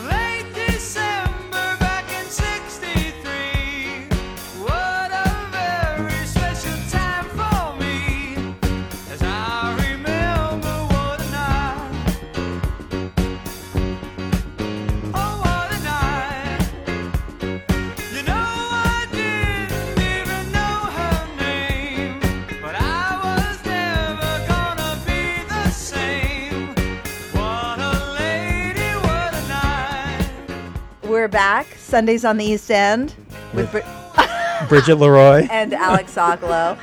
Late December back in 63. What a very special time for me. As I remember what a night. Oh, what a night. You know I didn't even know her name, but I was never gonna be the same. What a lady, what a night. We're back Sundays on the East End with Bri- Bridget Leroy. and Alex Sokolow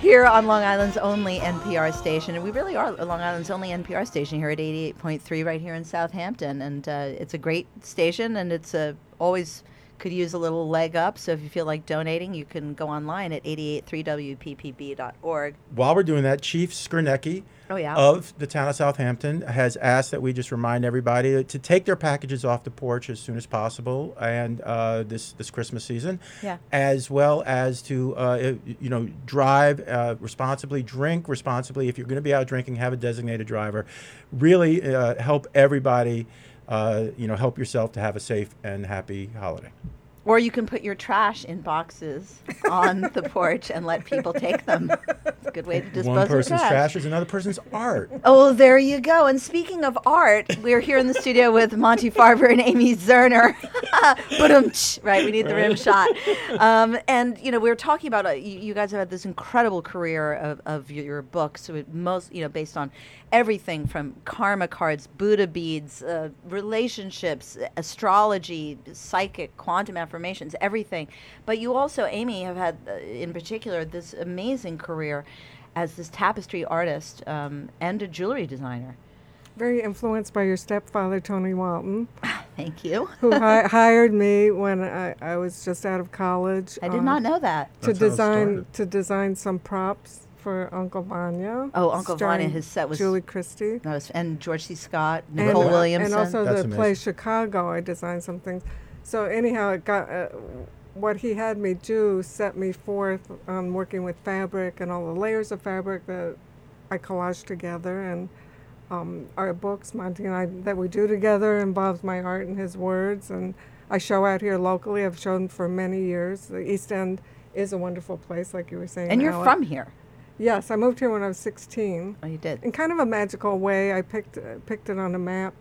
here on Long Island's only NPR station, and we really are Long Island's only NPR station here at 88.3 right here in Southampton, and uh, it's a great station, and it's a always could use a little leg up. So if you feel like donating, you can go online at 883wppb.org. While we're doing that, Chief Skarnecki Oh, yeah. of the town of Southampton has asked that we just remind everybody to take their packages off the porch as soon as possible, and uh, this this Christmas season, Yeah. as well as to uh, i- you know drive uh, responsibly, drink responsibly. If you're going to be out drinking, have a designated driver. Really uh, help everybody. Uh, you know, help yourself to have a safe and happy holiday. Or you can put your trash in boxes on the porch and let people take them. It's a good way to dispose One of person's trash is another person's art. Oh, there you go. And speaking of art, we're here in the studio with Monty Farber and Amy Zerner. Ba-dum-tsh. right, we need the rim shot. Um, and, you know, we were talking about, uh, you, you guys have had this incredible career of, of your, your books, so it most, you know, based on everything from karma cards, Buddha beads, uh, relationships, astrology, psychic, quantum affirmations, everything. But you also, Amy, have had, uh, in particular, this amazing career as this tapestry artist um, and a jewelry designer. Very influenced by your stepfather, Tony Walton, Thank you. who hi- hired me when I, I was just out of college. I did um, not know that. to That's how it design started. to design some props for Uncle Vanya. Oh, Uncle Vanya, starring his set was- Julie Christie. That was- and George C. Scott, And- Nicole uh, Williamson. And also That's the amazing. play Chicago, I designed some things. So anyhow, it got uh, what he had me do set me forth on working with fabric and all the layers of fabric that I collaged together and. Um, our books, Monty and I, that we do together involves my art and his words, and I show out here locally. I've shown for many years. The East End is a wonderful place, like you were saying. and you're Alec. from here. Yes, I moved here when I was 16. Oh, you did. In kind of a magical way, I picked uh, picked it on a map.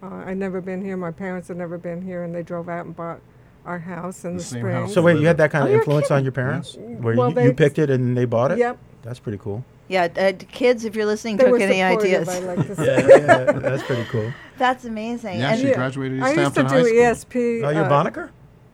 Uh, I'd never been here. My parents had never been here, and they drove out and bought our house in the, The same spring. house. So wait, you had that kind Oh, of you're influence on kidding. your parents, where Well, you, you they- picked it and they bought it. Yep. that's pretty cool. Yeah, uh, d- kids, if you're listening, They took were any supportive, ideas. I like to say. Yeah, yeah, that's pretty cool. That's amazing. Yeah, and she Yeah. graduated I East used to Hampton do High School. ESP. Now Oh, you're uh, Bonaker.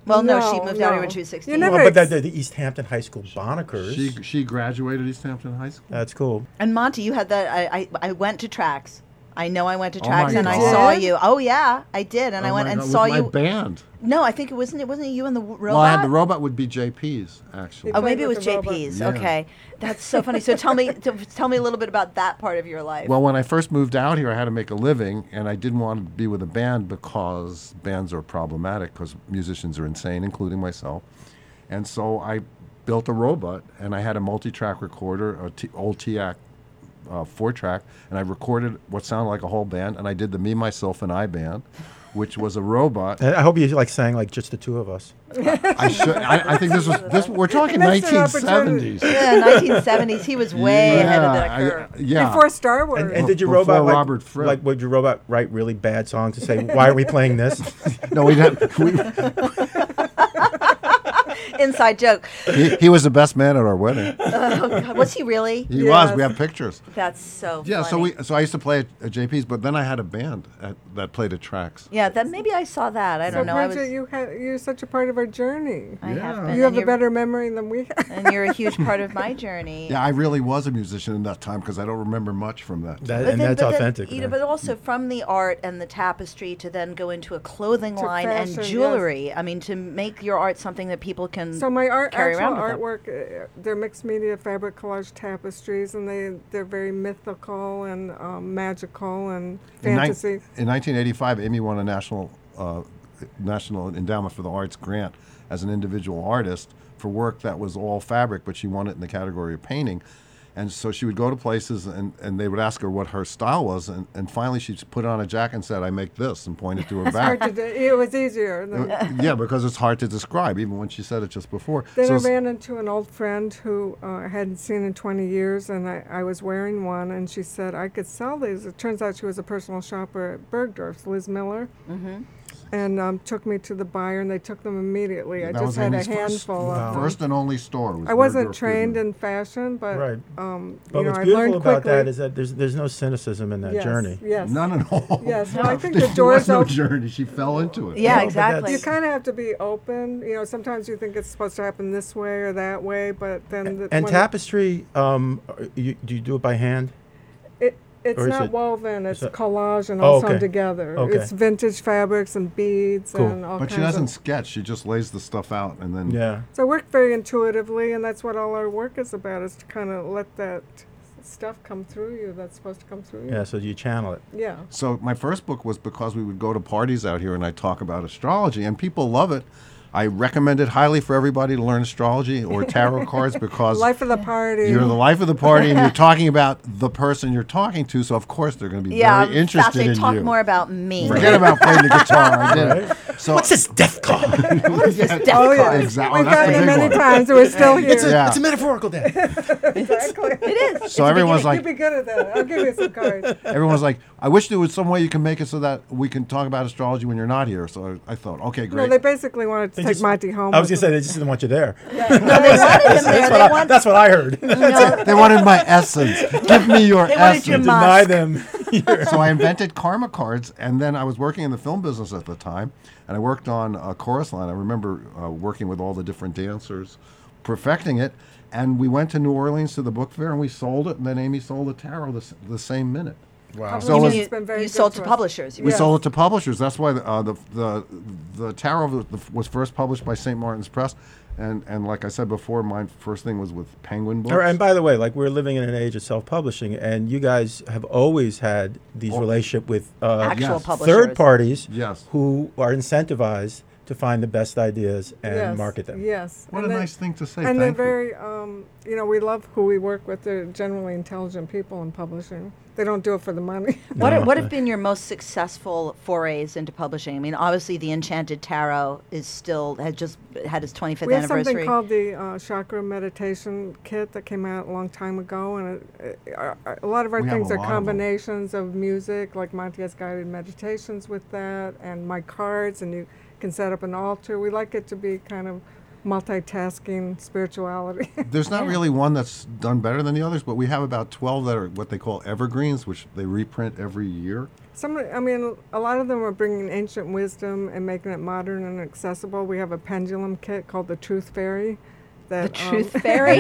well, no, she No, moved out here no. when she was You 16. never- Well, but the, the, the East Hampton High School Bonakers. She she graduated East Hampton High School. that's cool. and Monty, you had that. I, I, I went to tracks. I know I went to Oh, tracks my and I God. saw Did? you. Oh yeah, I did, and I Oh went my and God, saw with you. My band. No, I think it wasn't. It wasn't you and the w- robot. Well, I had the robot would be JP's actually. Oh, Played maybe it was with the robot. JP's. Yeah. Okay, that's so funny. So tell me, t- tell me a little bit about that part of your life. Well, when I first moved out here, I had to make a living, and I didn't want to be with a band because bands are problematic because musicians are insane, including myself. And so I built a robot, and I had a multi-track recorder, a t- old TAC uh, four-track, and I recorded what sounded like a whole band, and I did the Me, Myself, and I band, which was a robot. And I hope you like sang like just the two of us. I should. I, I think this was this. We're talking Missed an opportunity. 1970s. yeah, 1970s. He was way ahead of that I- curve. yeah. Before Star Wars. And, and did your Before robot like, Robert Fripp. like would your robot write really bad songs and say why are we playing this? no, we didn't. We, uh, Inside joke. he, he was the best man at our wedding. Oh, God. Was he really? He was. Yes. We have pictures. That's so. Yeah. So funny. we. So I used to play at, at JP's, but then I had a band at, that played at tracks. Yeah, that maybe I saw that. I so don't know. I was. Bridget, you ha- you're such a part of our journey. I have Yeah. been, you have and a you're- better memory than we have. And you're a huge part of my journey. Yeah, I really was a musician in that time because I don't remember much from that. That, But and then- that's but then, authentic. you know, man. but also from the art and the tapestry to then go into a clothing To line fashion, and yes. jewelry. I mean, to make your art something that people can. So my art, carry actual around with them. artwork, uh, they're mixed media fabric collage tapestries, and they they're very mythical and um, magical and In, nine- fantasy. in 1985, Amy won a national uh, National Endowment for the Arts grant as an individual artist for work that was all fabric, but she won it in the category of painting. And so she would go to places and, and they would ask her what her style was. And, and finally, she put on a jacket and said, I make this, and pointed to her back. Hard to do- it was easier. Than, yeah, because it's hard to describe, even when she said it just before. Then So I it's- ran into an old friend who uh, I hadn't seen in 20 years, and I, I was wearing one, and she said I could sell these. It turns out she was a personal shopper at Bergdorf's, Liz Miller, Mm-hmm. and um, took me to the buyer, and they took them immediately. I that just was had Amy's a handful first, of them. First and only store. was I wasn't Bergdorf trained Goodman. in fashion, but Right. um, But you know, what's I beautiful learned quickly. about that is that there's there's no cynicism in that yes, journey. Yes. None at all. Yes, no, I think the There was doors no op- journey. She fell into it. yeah, No, but exactly. You kind of have to be open. You know, sometimes you think it's supposed to happen this way or that way, but then the, And when tapestry, um, you, do you do it by hand? It, It's Or is not it- woven. It's it- collage and Oh, all okay. sewn together. Okay. It's vintage fabrics and beads Cool. and all But she kinds doesn't Of, sketch. She just lays the stuff out and then. Yeah. so I work very intuitively, and that's what all our work is about: is to kind of let that stuff come through you that's supposed to come through you. Yeah. So you channel it. Yeah. So my first book was because we would go to parties out here and I talk about astrology and people love it. I recommend it highly for everybody to learn astrology or tarot cards because Life of the party. you're the life of the party and you're talking about the person you're talking to. So of course they're going to be Yeah, very I'm interested fascinated. in Talk you. more about me. Forget about playing the guitar. I did it. So What's this death card? Death oh yeah. card. Exactly. We've that's gotten the it big many one. times. and We're still here. It's a, Yeah. it's a metaphorical death. It is. So everyone's You'd like, be good at that. I'll give you some cards. everyone's like, I wish there was some way you can make it so that we can talk about astrology when you're not here. So I, I thought, okay, No, great. they basically wanted to They take just- Monty home. I was gonna with say they just didn't want you there. No, they wanted him there. That's, They what I, want- that's what I heard. no, They wanted my essence. Give me your They wanted essence. your mo- Deny them. so I invented karma cards, and then I was working in the film business at the time, and I worked on a chorus line. I remember uh, working with all the different dancers, perfecting it, and we went to New Orleans to the book fair, and we sold it, and then Amy sold the tarot the, s- the same minute. Wow. So you it was- mean It's been you, very you good sold to for us. publishers. You we were- sold it to publishers. That's why the uh, the, the the tarot was- was first published by St. Martin's Press, and and like I said before, my first thing was with Penguin Oh, Books. Or- and by the way, like we're living in an age of self-publishing, and you guys have always had these relationship with uh, Actual yes. publishers. third parties Yes. who are incentivized to find the best ideas and yes, market them. Yes. What And a they- nice thing to say. and they're Thank you. very, um, you know, we love who we work with. They're generally intelligent people in publishing. They don't do it for the money. What, what have been your most successful forays into publishing? I mean, obviously, the Enchanted Tarot is still had just had its 25th we have anniversary. something called the uh, chakra meditation kit that came out a long time ago, and it, it, our, our- a lot of our We have things a are lot of 'em. combinations of, music, like Monty has guided meditations with that, and my cards, and you can set up an altar. We like it to be kind of multitasking spirituality. There's not really one that's done better than the others, but we have about 12 that are what they call evergreens, which they reprint every year. Some, I mean, a lot of them are bringing ancient wisdom and making it modern and accessible. We have a pendulum kit called the Truth Fairy. That, the um, Truth Fairy.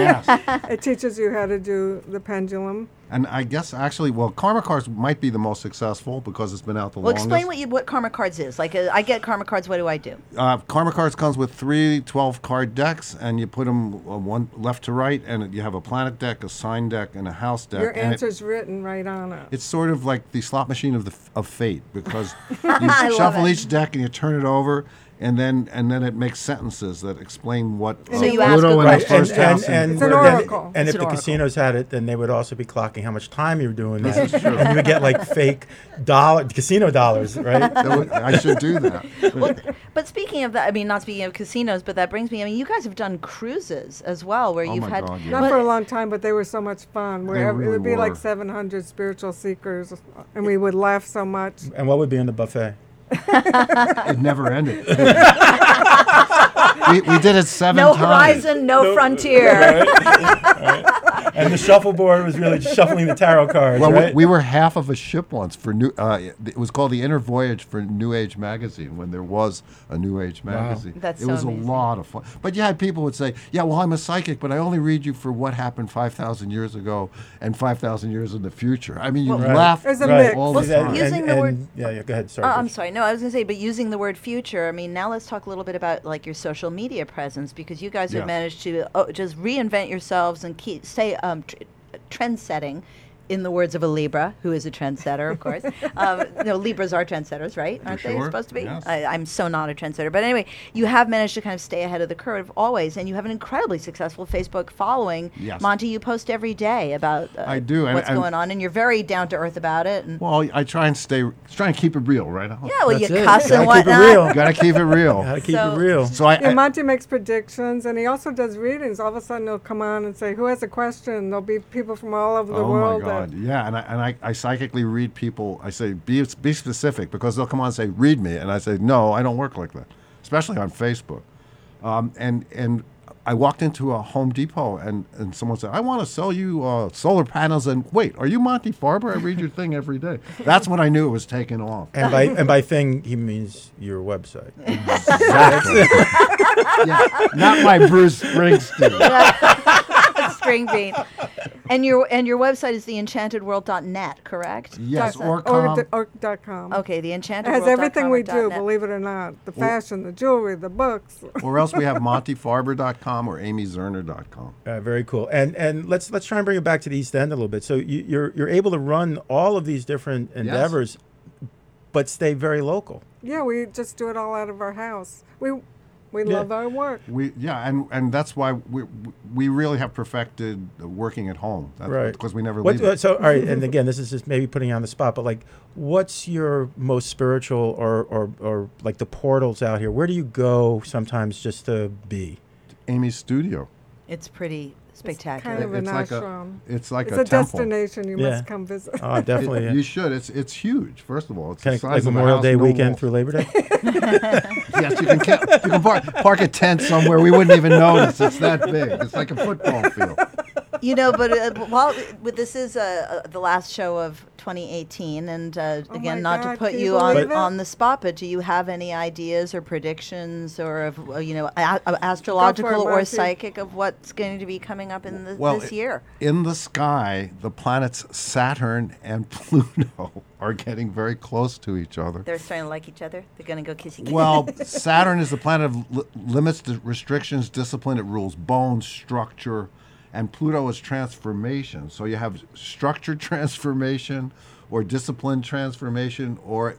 it teaches you how to do the pendulum. And I guess actually, well, Karma Cars might be the most successful because it's been out the Well, longest. explain what you, what karma cards is. Like, uh, I get karma cards. What do I do? uh, Karma Cards comes with three 12 card decks, and you put them one left to right, and you have a planet deck, a sign deck, and a house deck. Your and it- answer's written right on it. it's sort of like the slot machine of the f- of fate because you I love shuffle it. each deck and you turn it over, and then and then it makes sentences that explain what uh, So you ask Pluto a and the question. first house. and It's an where- and- oracle. and It's if an the oracle. casinos had it, then they would also be clocking how much time you were doing that, and you would get like fake dollar casino dollars, right? That would- I should do that. well, th- but speaking of that, I mean, not speaking of casinos, but that brings me. I mean, you guys have done cruises as well, where Oh you've my had. God, yeah. Not but- for a long time, but they were so much fun. Where ev- it really would be like were. 700 spiritual seekers, and we would laugh so much. and what would be in the buffet? It never ended. we, we did it seven no times. horizon, no, frontier. And the shuffleboard was really shuffling the tarot cards, Well, right? we, we were half of a ship once for new. Uh, it was called the Inner Voyage for New Age magazine when there was a New Age magazine. That's it so was amazing. a lot of fun. But yeah, people would say, "Yeah, well, I'm a psychic, but I only read you for what happened five thousand years ago and five thousand years in the future." I mean, you Right. laugh There's a mix. all Well, the time. using and, the word- and- yeah, yeah, go ahead. Sorry. Oh, I'm Rich. sorry. No, I was going to say, but using the word future, I mean, now let's talk a little bit about like your social media presence because you guys have Yes. managed to oh, just reinvent yourselves and keep stay um, tr- trend setting. In the words of a Libra, who is a trendsetter, of course. um, no, Libras are trendsetters, right? Aren't they sure. supposed to be? Yes. I, I'm so not a trendsetter. But anyway, you have managed to kind of stay ahead of the curve always, and you have an incredibly successful Facebook following. Yes. Monty, you post every day about uh, I do, and- what's and- going on, and you're very down to earth about it. And, Well, I try and stay, try and keep it real, right? I'll- yeah, well, you That's it. cuss and Gotta keep it whatnot. real. You gotta keep it Gotta real. keep uh, So- it real. So I, Yeah, I Monty makes predictions, and he also does readings. All of a sudden, he'll come on and say, "Who has a question?" There'll be people from all over the oh world. my that- god, yeah, and I and I, I psychically read people. I say be be specific because they'll come on and say read me, and I say no, I don't work like that, especially on Facebook. Um, and and I walked into a Home Depot and and someone said I want to sell you uh, solar panels, and wait, are you Monty Farber? I read your thing every day. That's when I knew it was taking off. And by and by thing he means your website. yeah, not my Bruce Springsteen. string bean. And your and your website is theenchantedworld.net, correct? Yes, Dot- or Or, com. the- or dot com. okay, the It has everything we do, enchanted believe it or not. The fashion, the jewelry, the books. or else we have montyfarber.com or amyzerner.com. Uh, very cool. And and let's let's try and bring it back to the East End a little bit. So you, you're you're able to run all of these different endeavors, but stay very local. yeah, we just do it all out of our house. We we Yeah. love our work. We yeah, and and that's why we we really have perfected working at home. That's Because we never What- leave. uh, it. So all right, and again, this is just maybe putting you on the spot, but like, what's your most spiritual or or or like the portals out here? Where do you go sometimes just to be? Amy's studio. It's pretty spectacular. Kind of an It's like a ashram. it's like it's a, a, temple. Uh, destination you Yeah. must come visit. Oh, definitely. You should. It's it's huge. First of all, it's Kind the of size like of a Memorial house, Day no weekend walls. through Labor Day. yes, you can camp, you can park, park a tent somewhere. We wouldn't even notice. It's that big. It's like a football field. you know, but uh, b- while but this is uh, uh, the last show of 2018, and uh, Oh again, my not God, to put can you you on, believe it? on the spot, but do you have any ideas or predictions, or of uh, you know, a- a- astrological or Monty. psychic of what's going to be coming up in the, Well, this i- year? in the sky, the planets Saturn and Pluto are getting very close to each other. They're starting to like each other. They're going to go kissy. kissy. Well, Saturn is the planet of li- limits, dis- restrictions, discipline. It rules bones, structure, and Pluto is transformation. So you have structure transformation, or discipline transformation, or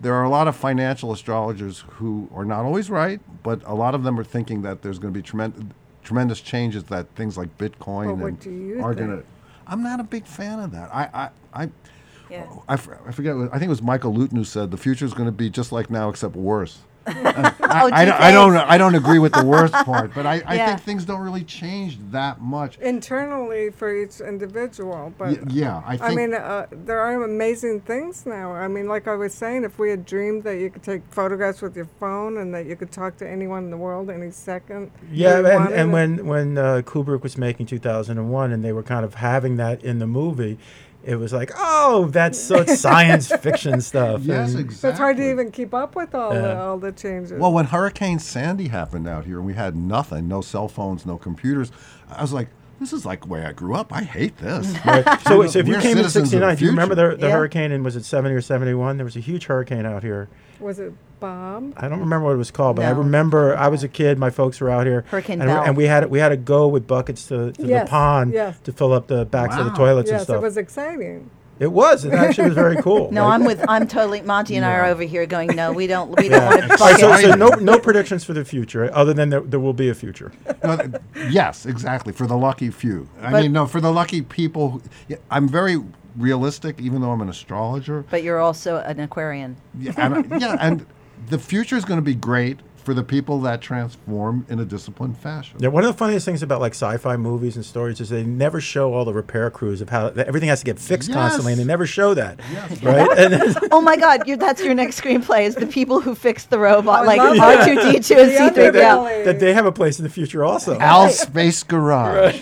there are a lot of financial astrologers who are not always right, but a lot of them are thinking that there's going to be tremendous tremendous changes that things like Bitcoin But what and do you are think? going to. I'm not a big fan of that. I I. I Yeah. Oh, I, f- I forget. what- I think it was Michael Luton who said the future is going to be just like now, except worse. I, I, don't- I don't. I don't agree with the worst part, but I, I Yeah. think things don't really change that much. Internally for each individual, but Y- yeah, I think. I mean, uh, there are amazing things now. I mean, like I was saying, if we had dreamed that you could take photographs with your phone and that you could talk to anyone in the world any second. Yeah, you and, wanted and it. when when uh, Kubrick was making 2001, and they were kind of having that in the movie, it was like, oh, that's so science fiction stuff. yes, And- exactly. So it's hard to even keep up with all the Yeah. all the changes. Well, when Hurricane Sandy happened out here and we had nothing, no cell phones, no computers, I was like, this is like the way I grew up. I hate this. Right. So, so if you We're came in citizens of the '69, do you remember the, future. the Yeah. hurricane? And was it '70 or '71? There was a huge hurricane out here. was it Bob? I don't remember what it was called, but I No. remember I was a kid. My folks were out here, Hurricane and, Bell. and we had we had to go with buckets to, to Yes, the pond yes. to fill up the backs of the Wow. toilets and Yes, stuff. it was exciting. It was. It actually was very cool. no, Like- I'm with. I'm totally. Monty and I are over here going. No, we don't. We don't want to. All right, so, so Exciting. no no predictions for the future, other than there, there will be a future. No, th- yes, exactly. For the lucky few. I But- mean, no, for the lucky people. who- yeah, I'm very realistic, even though I'm an astrologer. But you're also an Aquarian. Yeah, and, yeah, and the future is going to be great for the people that transform in a disciplined fashion. Yeah, one of the funniest things about like sci-fi movies and stories is they never show all the repair crews of how that everything has to get fixed constantly, and they Yes. never show that, right? And it's- Oh my God! You're, that's your next screenplay. Is the people who fixed the robot, I like love R two D two and The C three PO. underbelly. that, that they have a place in the future also. Al's Space Garage.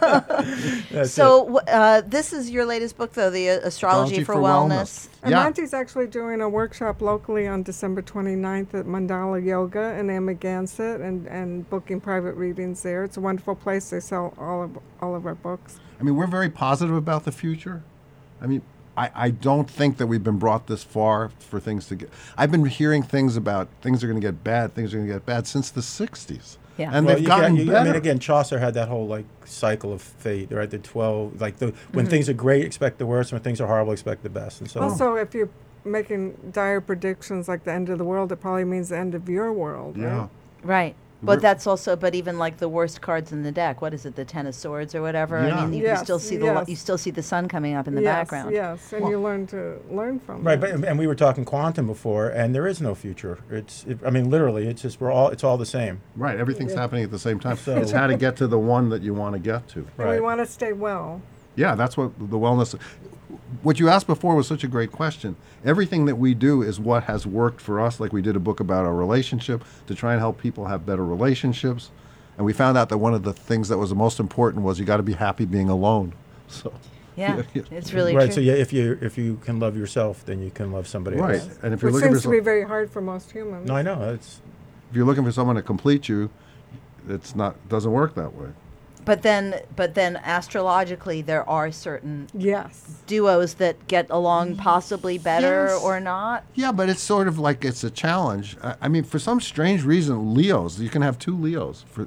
That's it. So wh- uh, this is your latest book, though, the uh, Astrology, Astrology for, for Wellness. Wellness. And Yeah. Monty's actually doing a workshop locally on December 29th at Mandala Yoga in Amagansett and, and booking private readings there. It's a wonderful place. They sell all of, all of our books. I mean, we're very positive about the future. I mean, I, I don't think that we've been brought this far for things to get. I've been hearing things about things are going to get bad, things are going to get bad since the 60s. Yeah. And Well, they've you got- gotten you- better. I mean, again, Chaucer had that whole like cycle of fate, right? The twelve, like the when things are great, expect the worst, and when things are horrible, expect the best, and so. Oh. on. Also, if you're making dire predictions like the end of the world, it probably means the end of your world. right? yeah. Right. But that's also, but even like the worst cards in the deck, what is it, the Ten of Swords or whatever? I Yeah. mean, you can Yes, still see the lo- yes. you still see the sun coming up in the yes, background. Yes, and you learn to learn from Right, that. but and we were talking quantum before, and there is no future. It's, it, I mean, literally, it's just we're all, it's all the same. Right. Everything's happening at the same time. So- it's how to get to the one that you want to get to. And Right. we want to stay well. Yeah, that's what the wellness. What you asked before was such a great question. Everything that we do is what has worked for us. Like we did a book about our relationship to try and help people have better relationships, and we found out that one of the things that was the most important was you got to be happy being alone. So, Yeah, it's really right. true. So yeah, if you if you can love yourself, then you can love somebody right, else. and if you're Which looking for seems to some, be very hard for most humans. No, I know. It's if you're looking for someone to complete you, it's not doesn't work that way. But then, but then astrologically, there are certain Yes. duos that get along possibly better Yes. or not. Yeah, but it's sort of like it's a challenge. I, I mean, for some strange reason, Leos, you can have two Leos for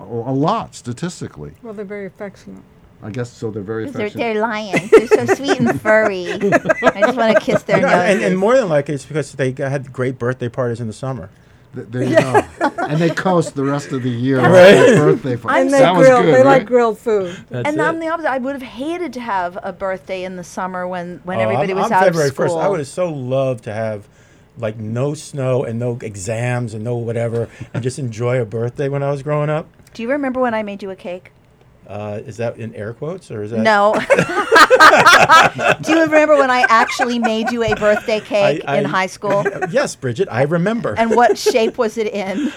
a, a lot statistically. Well, they're very affectionate. I guess so. They're very They're, affectionate. they're lions. They're so sweet and furry. I just want to kiss their No, noses. and, and more than likely, it's because they g- had great birthday parties in the summer. Th- there you go. and they coast the rest of the year. That's with their right. Birthday party. and they that was grill. good, they right? like grilled food. That's and it. I'm the opposite. I would have hated to have a birthday in the summer when, when Oh, I'm- everybody was I'm out February of school. 1st. I would have so loved to have like no snow and no exams and no whatever and just enjoy a birthday when I was growing up. Do you remember when I made you a cake? Uh, is that in air quotes or is that? No. Do you remember when I actually made you a birthday cake I- in I- high school? Yes, Bridget, I remember. And what shape was it in?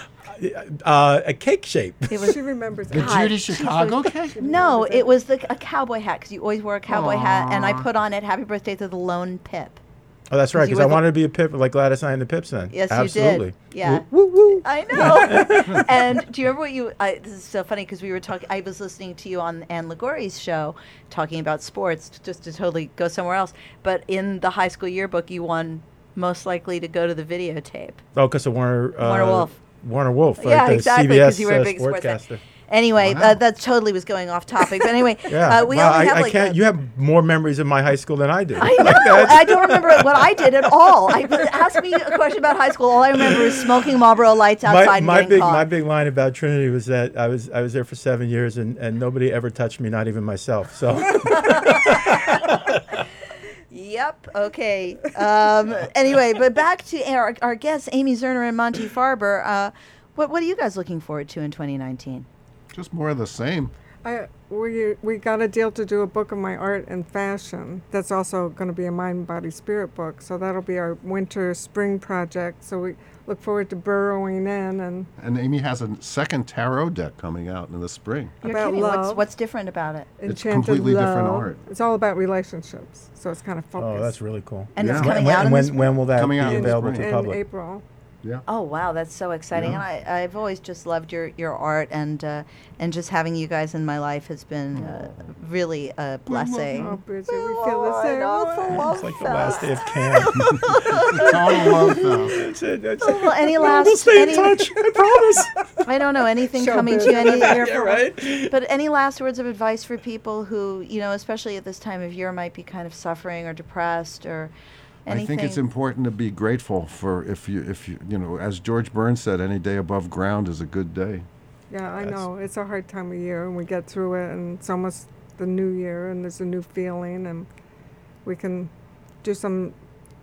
uh, a cake shape. It was She remembers The it. God. Judy Chicago cake? no, it was the, a cowboy hat because you always wore a cowboy hat, and I put on it "Happy Birthday to the Lone Pip." Oh, that's right, You because were I the- wanted to be a pip like Gladys Knight and the Pips then. Yes, Absolutely. you did. Yeah. Woo woo. I know. and do you remember what you? I, this is so funny because we were talking. I was listening to you on Anne Ligori's show talking about sports, t- just to totally go somewhere else. But in the high school yearbook, you won most likely to go to the videotape. Oh, because of Warner. Uh, Warner Wolf. Warner Wolf. right, yeah, the exactly. CBS Because you were a uh, big sports fan. sportscaster. Anyway, Wow. uh, that totally was going off topic. But anyway, Yeah. uh, we Wow, only I, have I like. can't. a- you have more memories of my high school than I do. I know. I don't remember what I did at all. I asked me a question about high school. All I remember is smoking Marlboro lights outside my, and my getting big caught. my big line about Trinity was that I was I was there for seven years and, and nobody ever touched me, not even myself. So Yep. Okay. Um, anyway, but back to our, our guests, Amy Zerner and Monty Farber. Uh, what What are you guys looking forward to in 2019? Just more of the same. I we we got a deal to do a book of my art and fashion. That's also going to be a mind, body, spirit book. So that'll be our winter spring project. So we look forward to burrowing in and And Amy has a second tarot deck coming out in the spring. You're About kidding. What's love. What's different about it? It's enchanted completely love. different art. It's all about relationships. So it's kind of focused. oh, that's really cool. And it's Yeah. coming when, out. in when, this- when will that Coming out be in available to spring. the in public? April. Yeah. Oh wow, that's so exciting! And I, I've always just loved your, your art, and uh, and just having you guys in my life has been uh, really a blessing. Oh, Bridget, we feel the same. It's like the last day of camp. It's all uh, love, though. That's it, that's it. Well, any last? We'll stay in any- touch. I promise. I don't know anything Show coming to you. business. Any, yeah, right. But any last words of advice for people who, you know, especially at this time of year, might be kind of suffering or depressed or anything? I think it's important to be grateful for if you if you you know as George Burns said, any day above ground is a good day. Yeah, I know. It's a hard time of year, and we get through it, and it's almost the new year, and there's a new feeling, and we can do some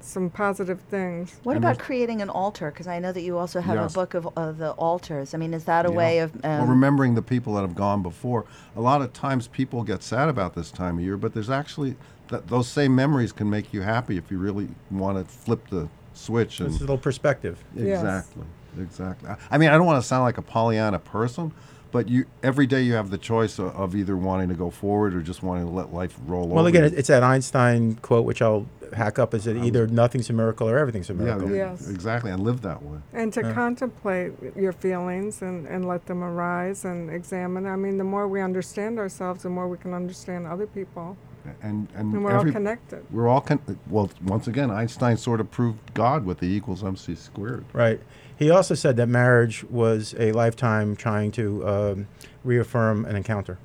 some positive things. What and about there's- creating an altar? Because I know that you also have Yes. a book of uh, the altars. I mean, is that a Yeah. way of? well, um, remembering the people that have gone before. A lot of times people get sad about this time of year, but there's actually that those same memories can make you happy if you really want to flip the switch and It's a little perspective. Yes. exactly, exactly. I- I mean, I don't want to sound like a Pollyanna person, but you every day you have the choice of, of either wanting to go forward or just wanting to let life roll over. Well, again, you. it- it's that Einstein quote, which I'll hack up, is that either nothing's a miracle or everything's a yeah, miracle. yeah, Yes. exactly. I live that way. And to contemplate your feelings and, and let them arise and examine. I mean, the more we understand ourselves, the more we can understand other people. and and, And we're all every, connected. We're all con- well. Once again, Einstein sort of proved God with the equals MC squared. Right. He also said that marriage was a lifetime trying to um, reaffirm an encounter.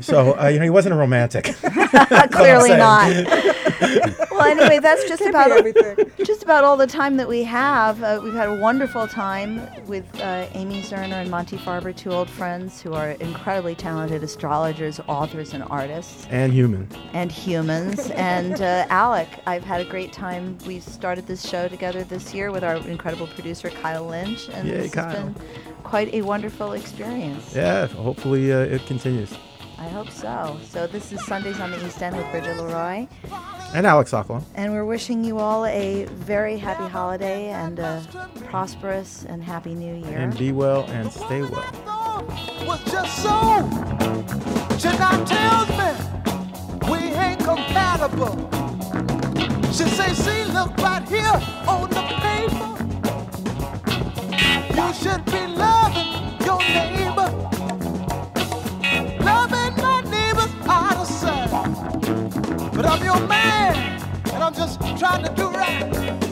so uh, you know he wasn't a romantic. clearly saying. not. well, anyway, that's just Could be about everything. just about all the time that we have. Uh, we've had a wonderful time with uh, Amy Zerner and Monty Farber, two old friends who are incredibly talented astrologers, authors, and artists, and human. and humans. and uh, Alec, I've had a great time. We started this show together this year with our incredible producer Kyle Lynch, and Yay, this has Kyle. been quite a wonderful experience. Yeah. Hopefully uh, it continues. I hope so. So this is Sundays on the East End with Bridget Leroy. And Alex Sokolow. And we're wishing you all a very happy holiday and a prosperous and happy new year. And be well and stay well. was Oh, just so. She now tells me we ain't compatible. She say, see, look right here on the paper. You should be loving your neighbor. trying to do right.